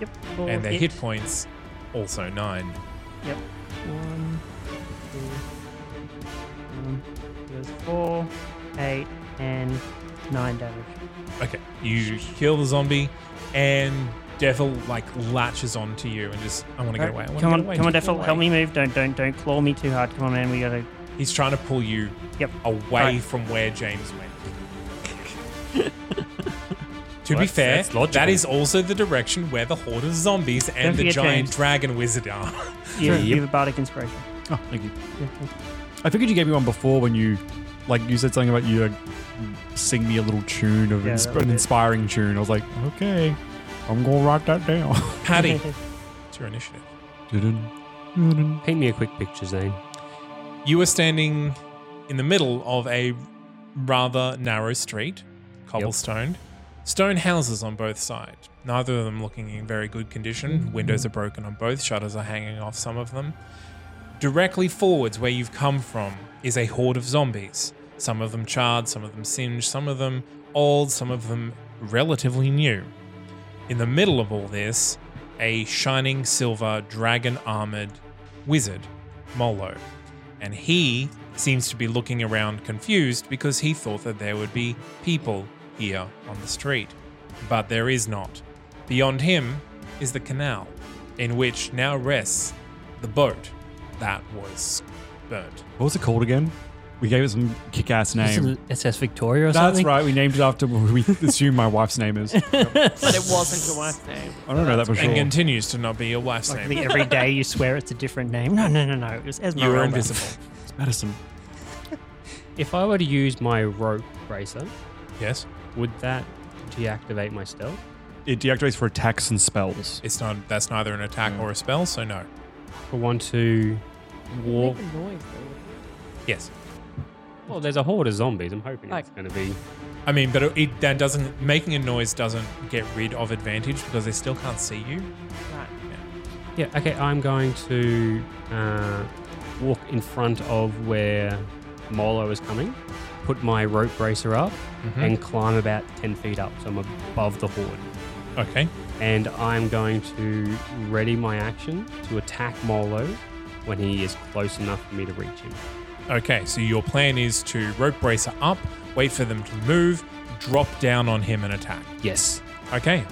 J: Yep.
C: and their
J: Hit.
C: hit points also nine.
J: Yep. One, two, one. There's four, eight, and nine damage.
C: Okay, you kill the zombie, and Devil like latches onto you and just I want to get away. I wanna
J: come
C: get
J: on,
C: away,
J: come on,
C: get
J: Devil,
C: away."
J: help me move. Don't, don't, don't claw me too hard. Come on, man, we gotta.
C: He's trying to pull you
J: Yep.
C: away
J: Right.
C: from where James
J: [LAUGHS]
C: went. to
A: Well,
C: be
A: that's-
C: fair,
A: that's logical.
C: that is also the direction where the horde of zombies and the
J: forget
C: giant
J: James.
C: dragon wizard are. [LAUGHS]
J: You, you have a bardic inspiration.
G: Oh, thank you. I figured you gave me one before when you, like, you said something about you like, sing me a little tune of
J: Yeah,
G: insp-
J: that was
G: an
J: it.
G: inspiring tune. I was like, okay, I'm gonna write that down. [LAUGHS]
C: Patty, it's your initiative.
A: Paint me a quick picture, Zane.
C: You are standing in the middle of a rather narrow street, cobblestoned, stone houses on both sides. Neither of them looking in very good condition. Windows are broken on both, shutters are hanging off some of them. Directly forwards, where you've come from, is a horde of zombies. Some of them charred, some of them singed, some of them old, some of them relatively new. In the middle of all this, a shining silver dragon armored wizard, Molo. And he seems to be looking around confused because he thought that there would be people here on the street. But there is not. Beyond him is the canal, in which now rests the boat that was burnt.
G: What was it called again? We gave it some kick-ass name.
Q: Isn't it SS Victoria or
G: That's
Q: something?
G: right. We named it after [LAUGHS] what we assume my wife's name is.
E: But it wasn't your wife's name.
G: I don't know that for
C: And
G: sure.
C: continues to not be your wife's
J: [LAUGHS] Like
C: name.
J: the, every day you swear it's a different name. No, no, no, no. It was Esmeralda.
C: You are invisible.
G: It's Madison.
A: If I were to use my rope bracer,
C: Yes?
A: would that deactivate my stealth?
G: It deactivates for attacks and spells.
C: It's not that's neither an attack or a spell, so no.
A: I want to walk.
E: Make a noise.
C: Yes.
A: Well, there's a horde of zombies. I'm hoping
E: Like-
A: it's going to be.
C: I mean, but it that doesn't making a noise doesn't get rid of advantage because they still can't see you.
E: Right.
A: Yeah, okay, I'm going to uh, walk in front of where Molo is coming, put my rope bracer up,
G: Hmm?
J: Mm-hmm.
C: Mhm.
A: and climb about 10 feet up. So I'm above the horde.
C: Okay.
A: And I'm going to ready my action to attack Molo when he is close enough for me to reach him.
C: Okay, so your plan is to rope bracer up, wait for them to move, drop down on him and attack.
A: Yes.
C: Okay.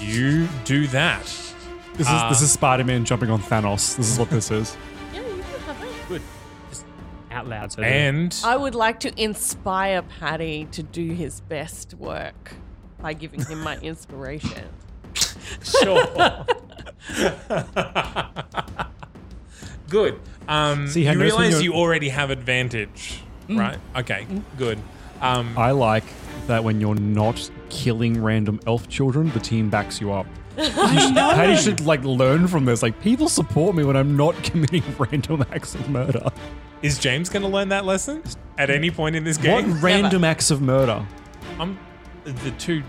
C: You do that.
G: This is
C: Uh,
G: this is Spider-Man jumping on Thanos. This is what this is.
A: Out loud. So that-
C: [LAUGHS] and
E: [LAUGHS] I would like to inspire Paddy to do his best work by giving
A: [LAUGHS]
E: him my inspiration.
C: sure. good. Um,
G: See,
C: you
G: Henderson,
C: realize
G: you're-
C: you already have advantage, right? Okay, good. Um,
G: I like that when you're not killing random elf children, the team backs you up. Patty should like learn from this. Like people support me when I'm not [LAUGHS] committing random acts of murder.
C: is James going to learn that lesson at any point in this
G: What
C: game?
G: random acts of murder?
C: I'm the two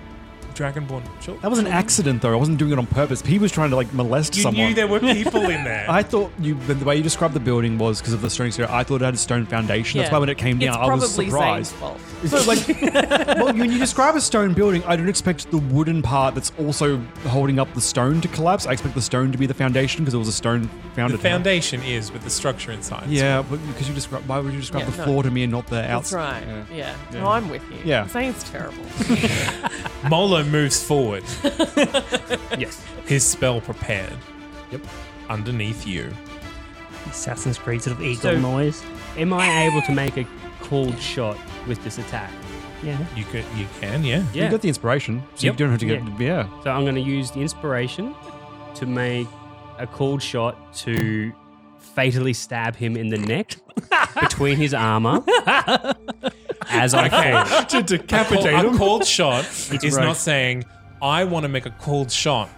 C: dragonborn. Sure.
G: That was an accident, though. I wasn't doing it on purpose. He was trying to like molest
C: You
G: someone.
C: knew
G: [LAUGHS]
C: there were people in there.
G: I thought you the the way you described the building was because of the stone exterior. I thought it had a stone foundation. That's
C: Yeah.
G: why when it came
C: It's
G: down, I was
C: probably
G: surprised.
C: Zane's fault.
G: So, like,
A: [LAUGHS]
G: well, when you describe a stone building, I don't expect the wooden part that's also holding up the stone to collapse. I expect the stone to be the foundation because it was a stone
C: The
G: founded. town.
C: foundation is, but the structure inside. is
G: Yeah, but because you describe, why would you describe
C: Yeah,
G: the
C: no.
G: floor to me and not the
C: That's
G: outside?
C: right.
E: Yeah. No, I'm with you.
G: Yeah.
E: Zane's terrible.
C: Molo moves [LAUGHS] forward.
D: yes.
C: His spell prepared.
G: Yep.
C: Underneath you.
J: Assassin's Creed sort of eagle
D: So-
J: noise.
D: Am I able to make a called shot with this attack?
J: Yeah.
C: You could. You can. Yeah.
D: Yeah.
G: You got the inspiration, so
D: Yep.
G: you don't have to get. Yeah.
D: So I'm going to use the inspiration to make a called shot to fatally stab him in the neck between his armor as I fall.
C: to decapitate a,
D: him.
C: A cold [LAUGHS] shot
D: It's
C: is
D: right.
C: not saying I want to make a cold shot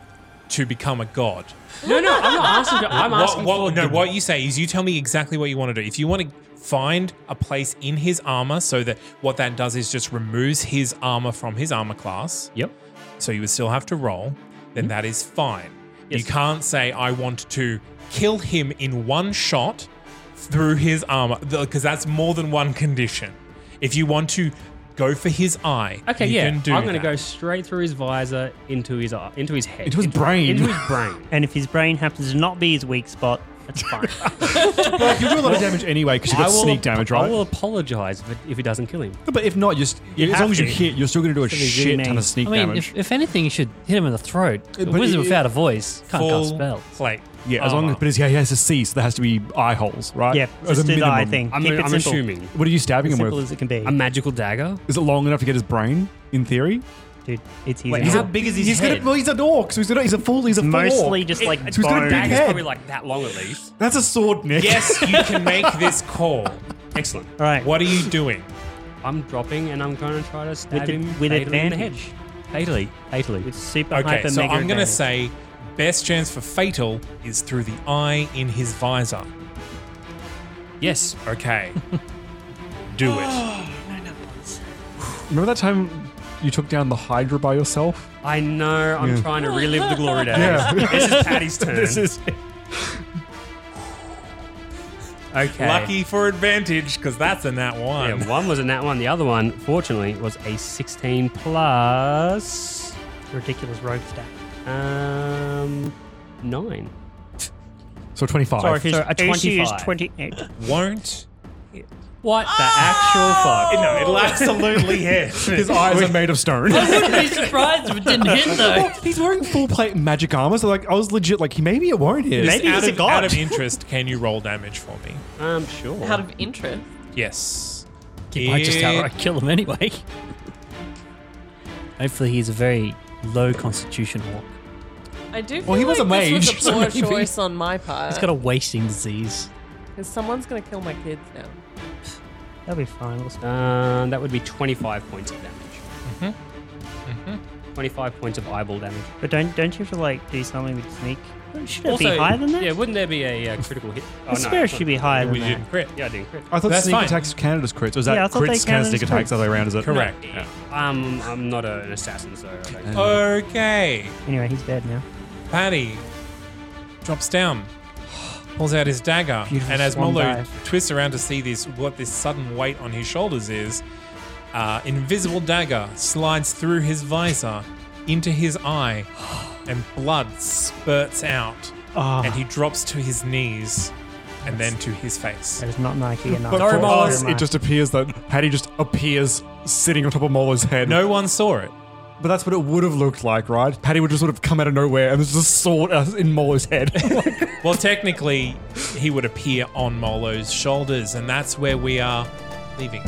C: to become a god.
D: No, no, I'm not asking. To, I'm
C: What-
D: asking
C: what,
D: for
C: no.
D: the-
C: What you say is you tell me exactly what you want to do. If you want to find a place in his armor, so that what that does is just removes his armor from his armor class.
D: Yep.
C: So you would still have to roll. Then that is fine. You can't say I want to kill him in one shot through his armor because that's more than one condition. If you want to go for his eye,
D: Okay,
C: you
D: yeah,
C: can do
D: I'm going to
C: that.
D: go [LAUGHS] straight through his visor into his eye, into his head,
J: Into his
G: brain.
D: into his brain.
J: And if his brain happens to not be his weak spot,
G: [LAUGHS]
J: that's fine.
G: But you do a lot of damage anyway because you got
D: I will
G: sneak
D: ap-
G: damage, right?
D: I will apologize if it, if it doesn't kill him.
G: No, But if not, just
D: You
G: as
D: have
G: long as you
D: to.
G: hit, you're still going to do a
D: It's gonna be
G: shit
D: really
G: ton of
D: nice.
G: sneak
I: I mean,
G: damage.
I: if, if anything, you should hit him in the throat. A
G: but
I: wizard
G: it-
I: without a voice can't cast spells.
C: plate.
G: Yeah, as long as but it's, yeah, he has to see, so there has to be eye holes, right?
J: Yeah,
G: As a
J: just do the eye
G: minimum.
J: thing.
D: I'm-
J: Keep it
D: I'm
J: simple.
D: assuming.
G: What are you stabbing
J: As
G: him
J: simple
G: with?
J: as it can be.
D: a magical dagger.
G: Is it long enough to get his brain? In theory,
J: dude, it's easy.
D: Wait,
G: He's
D: how
G: a-
D: big is his
G: heis
D: head?
G: Gonna, well, he's an orc, so he's, gonna, he's a fool. He's a full
J: Mostly
G: orc.
J: just like
G: so he's got a
J: bone.
G: big
D: Dagger's
G: head.
D: probably like that long at least.
G: That's a sword, Nick.
C: Yes, you
G: [LAUGHS]
C: can make this call.
D: Excellent.
J: All right.
C: What are you doing?
D: I'm dropping and I'm going to try to stab
J: With, the,
D: him
J: with
D: fatally in the head.
J: advantage.
D: Fatally, fatally.
J: With super
C: Okay,
J: hyper
C: so
J: mega
C: I'm going to
J: advantage.
C: say best chance for fatal is through the eye in his visor.
D: Yes.
C: Okay. Do it.
G: Remember that time you took down the Hydra by yourself?
D: I know. I'm
G: Yeah.
D: trying to relive the glory days.
G: Yeah.
D: [LAUGHS] this is Patty's
G: [LAUGHS]
D: turn.
G: This is
D: okay.
C: Lucky for advantage because that's in that one.
D: Yeah, one was in that one. The other one, fortunately, was a 16 plus
J: ridiculous rogue stat.
D: um nine.
G: so 25.
J: Sorry, his
D: So a
J: AC is
D: 25.
J: 28.
C: Won't.
D: What the actual fuck?
C: No, it'll [LAUGHS] absolutely hit.
G: His eyes are made of stone.
I: I'd be surprised if it didn't
G: [LAUGHS]
I: hit though.
G: he's wearing full plate magic armor, so like I was legit like, he maybe it won't hit.
C: Just
J: Maybe
C: out
J: he's a
C: of,
J: god.
C: Out of interest, can you roll damage for me?
D: Um, sure.
E: Out of interest.
C: Yes.
I: You might just
C: It-
I: outright kill him anyway. Hopefully, he's a very low constitution orc.
E: I do feel
G: Well, he was
E: like
G: a [LAUGHS]
E: this
G: mage,
E: was a
G: so
E: poor
G: maybe-
E: choice on my part.
I: He's got a wasting disease.
E: Because someone's going to kill my kids now.
J: That'll be fine. We'll stop.
D: Um, that would be 25 points of damage. Mm-hmm. 25 points of eyeball damage.
J: But don't don't you have to like do something with sneak? Should it
D: Also,
J: be higher than that?
D: Yeah, wouldn't there be a uh, critical hit?
J: I swear it should be higher than
C: We
J: that.
C: did crit.
D: Yeah, I do. Crit.
G: I thought
C: That's
G: sneak
C: fine.
G: attacks counted as crits. Or is that
J: Yeah, I thought they
G: crits can
J: counted
G: sneak
J: as
G: attacks
J: crits.
G: the other way around? Is it
C: Correct.
D: Um, I'm not an assassin, so I don't
C: Okay.
J: Anyway, he's dead now.
C: Paddy drops down, pulls out his dagger,
J: Beautiful
C: and as
J: swan
C: Molo
J: dive.
C: twists around to see this, what this sudden weight on his shoulders is, uh, invisible dagger slides through his visor into his eye, and blood spurts out,
J: Ah.
C: and he drops to his knees, and then to his face.
J: That is not Nike enough.
G: But for
J: Sorry,
G: us,
J: Mike.
G: it just appears that Patty just appears sitting on top of Molo's head.
C: No one saw it.
G: But that's what it would have looked like, right? Patty would just sort of come out of nowhere and there's just a sword uh, in Molo's head. [LAUGHS]
C: Well, technically, he would appear on Molo's shoulders, and that's where we are leaving.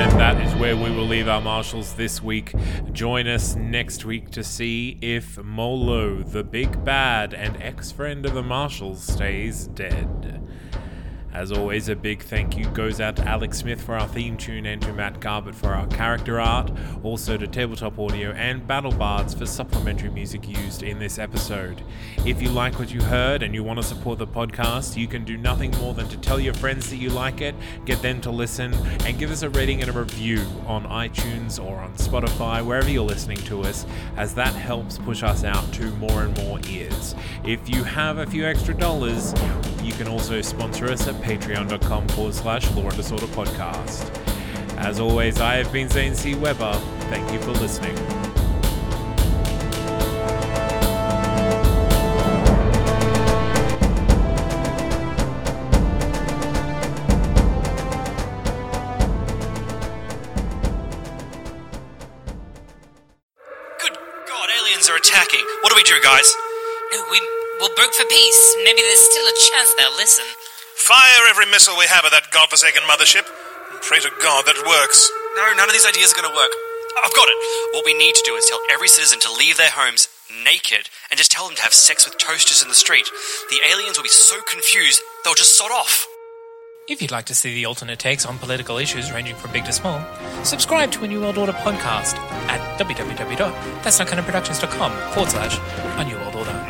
C: And that is where we will leave our marshals this week. Join us next week to see if Molo, the big bad and ex friend of the marshals, stays dead. As always, a big thank you goes out to Alex Smith for our theme tune and to Matt Garbutt for our character art, also to Tabletop Audio and Battle Bards for supplementary music used in this episode. If you like what you heard and you want to support the podcast, you can do nothing more than to tell your friends that you like it, get them to listen, and give us a rating and a review on iTunes or on Spotify, wherever you're listening to us, as that helps push us out to more and more ears. If you have a few extra dollars, you can also sponsor us at patreon.com forward slash law and disorder podcast. As always, I have been Zane C. Weber. Thank you for listening.
G: God, aliens are attacking. What do we do, guys?
R: No, we, we'll broke for peace. Maybe there's still a chance they'll listen.
S: Fire every missile we have at that godforsaken mothership, and pray to God that it works.
G: No, none of these ideas are going to work. I've got it. What we need to do is tell every citizen to leave their homes naked and just tell them to have sex with toasters in the street. The aliens will be so confused, they'll just sod off.
T: If you'd like to see the alternate takes on political issues ranging from big to small, subscribe to a New World Order podcast at www.thatsnotkindofproductions.com forward slash a New World Order.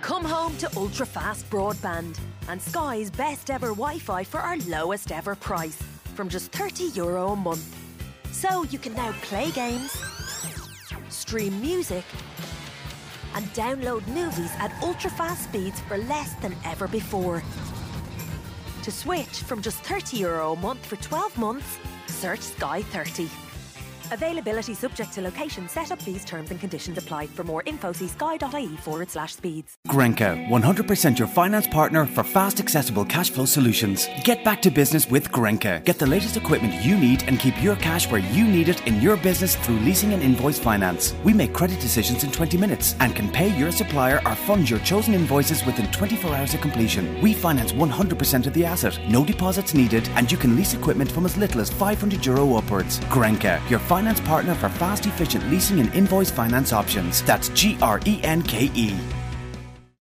E: Come home to ultra fast broadband and Sky's best ever Wi Fi for our lowest ever price from just €30 Euro a month. So you can now play games, stream music, and download movies at ultra fast speeds for less than ever before. To switch from just €30 Euro a month for 12 months, search Sky 30. Availability subject to location, setup fees, terms and conditions apply. For more info, see sky.ie forward slash speeds.
I: Grenko, 100% your finance partner for fast, accessible cash flow solutions. Get back to business with Grenko. Get the latest equipment you need and keep your cash where you need it in your business through leasing and invoice finance. We make credit decisions in 20 minutes and can pay your supplier or fund your chosen invoices within 24 hours of completion. We finance 100% of the asset, no deposits needed, and you can lease equipment from as little as 500 euro upwards. Grenko, your finance partner for fast, efficient leasing and invoice finance options. That's G R E N K E.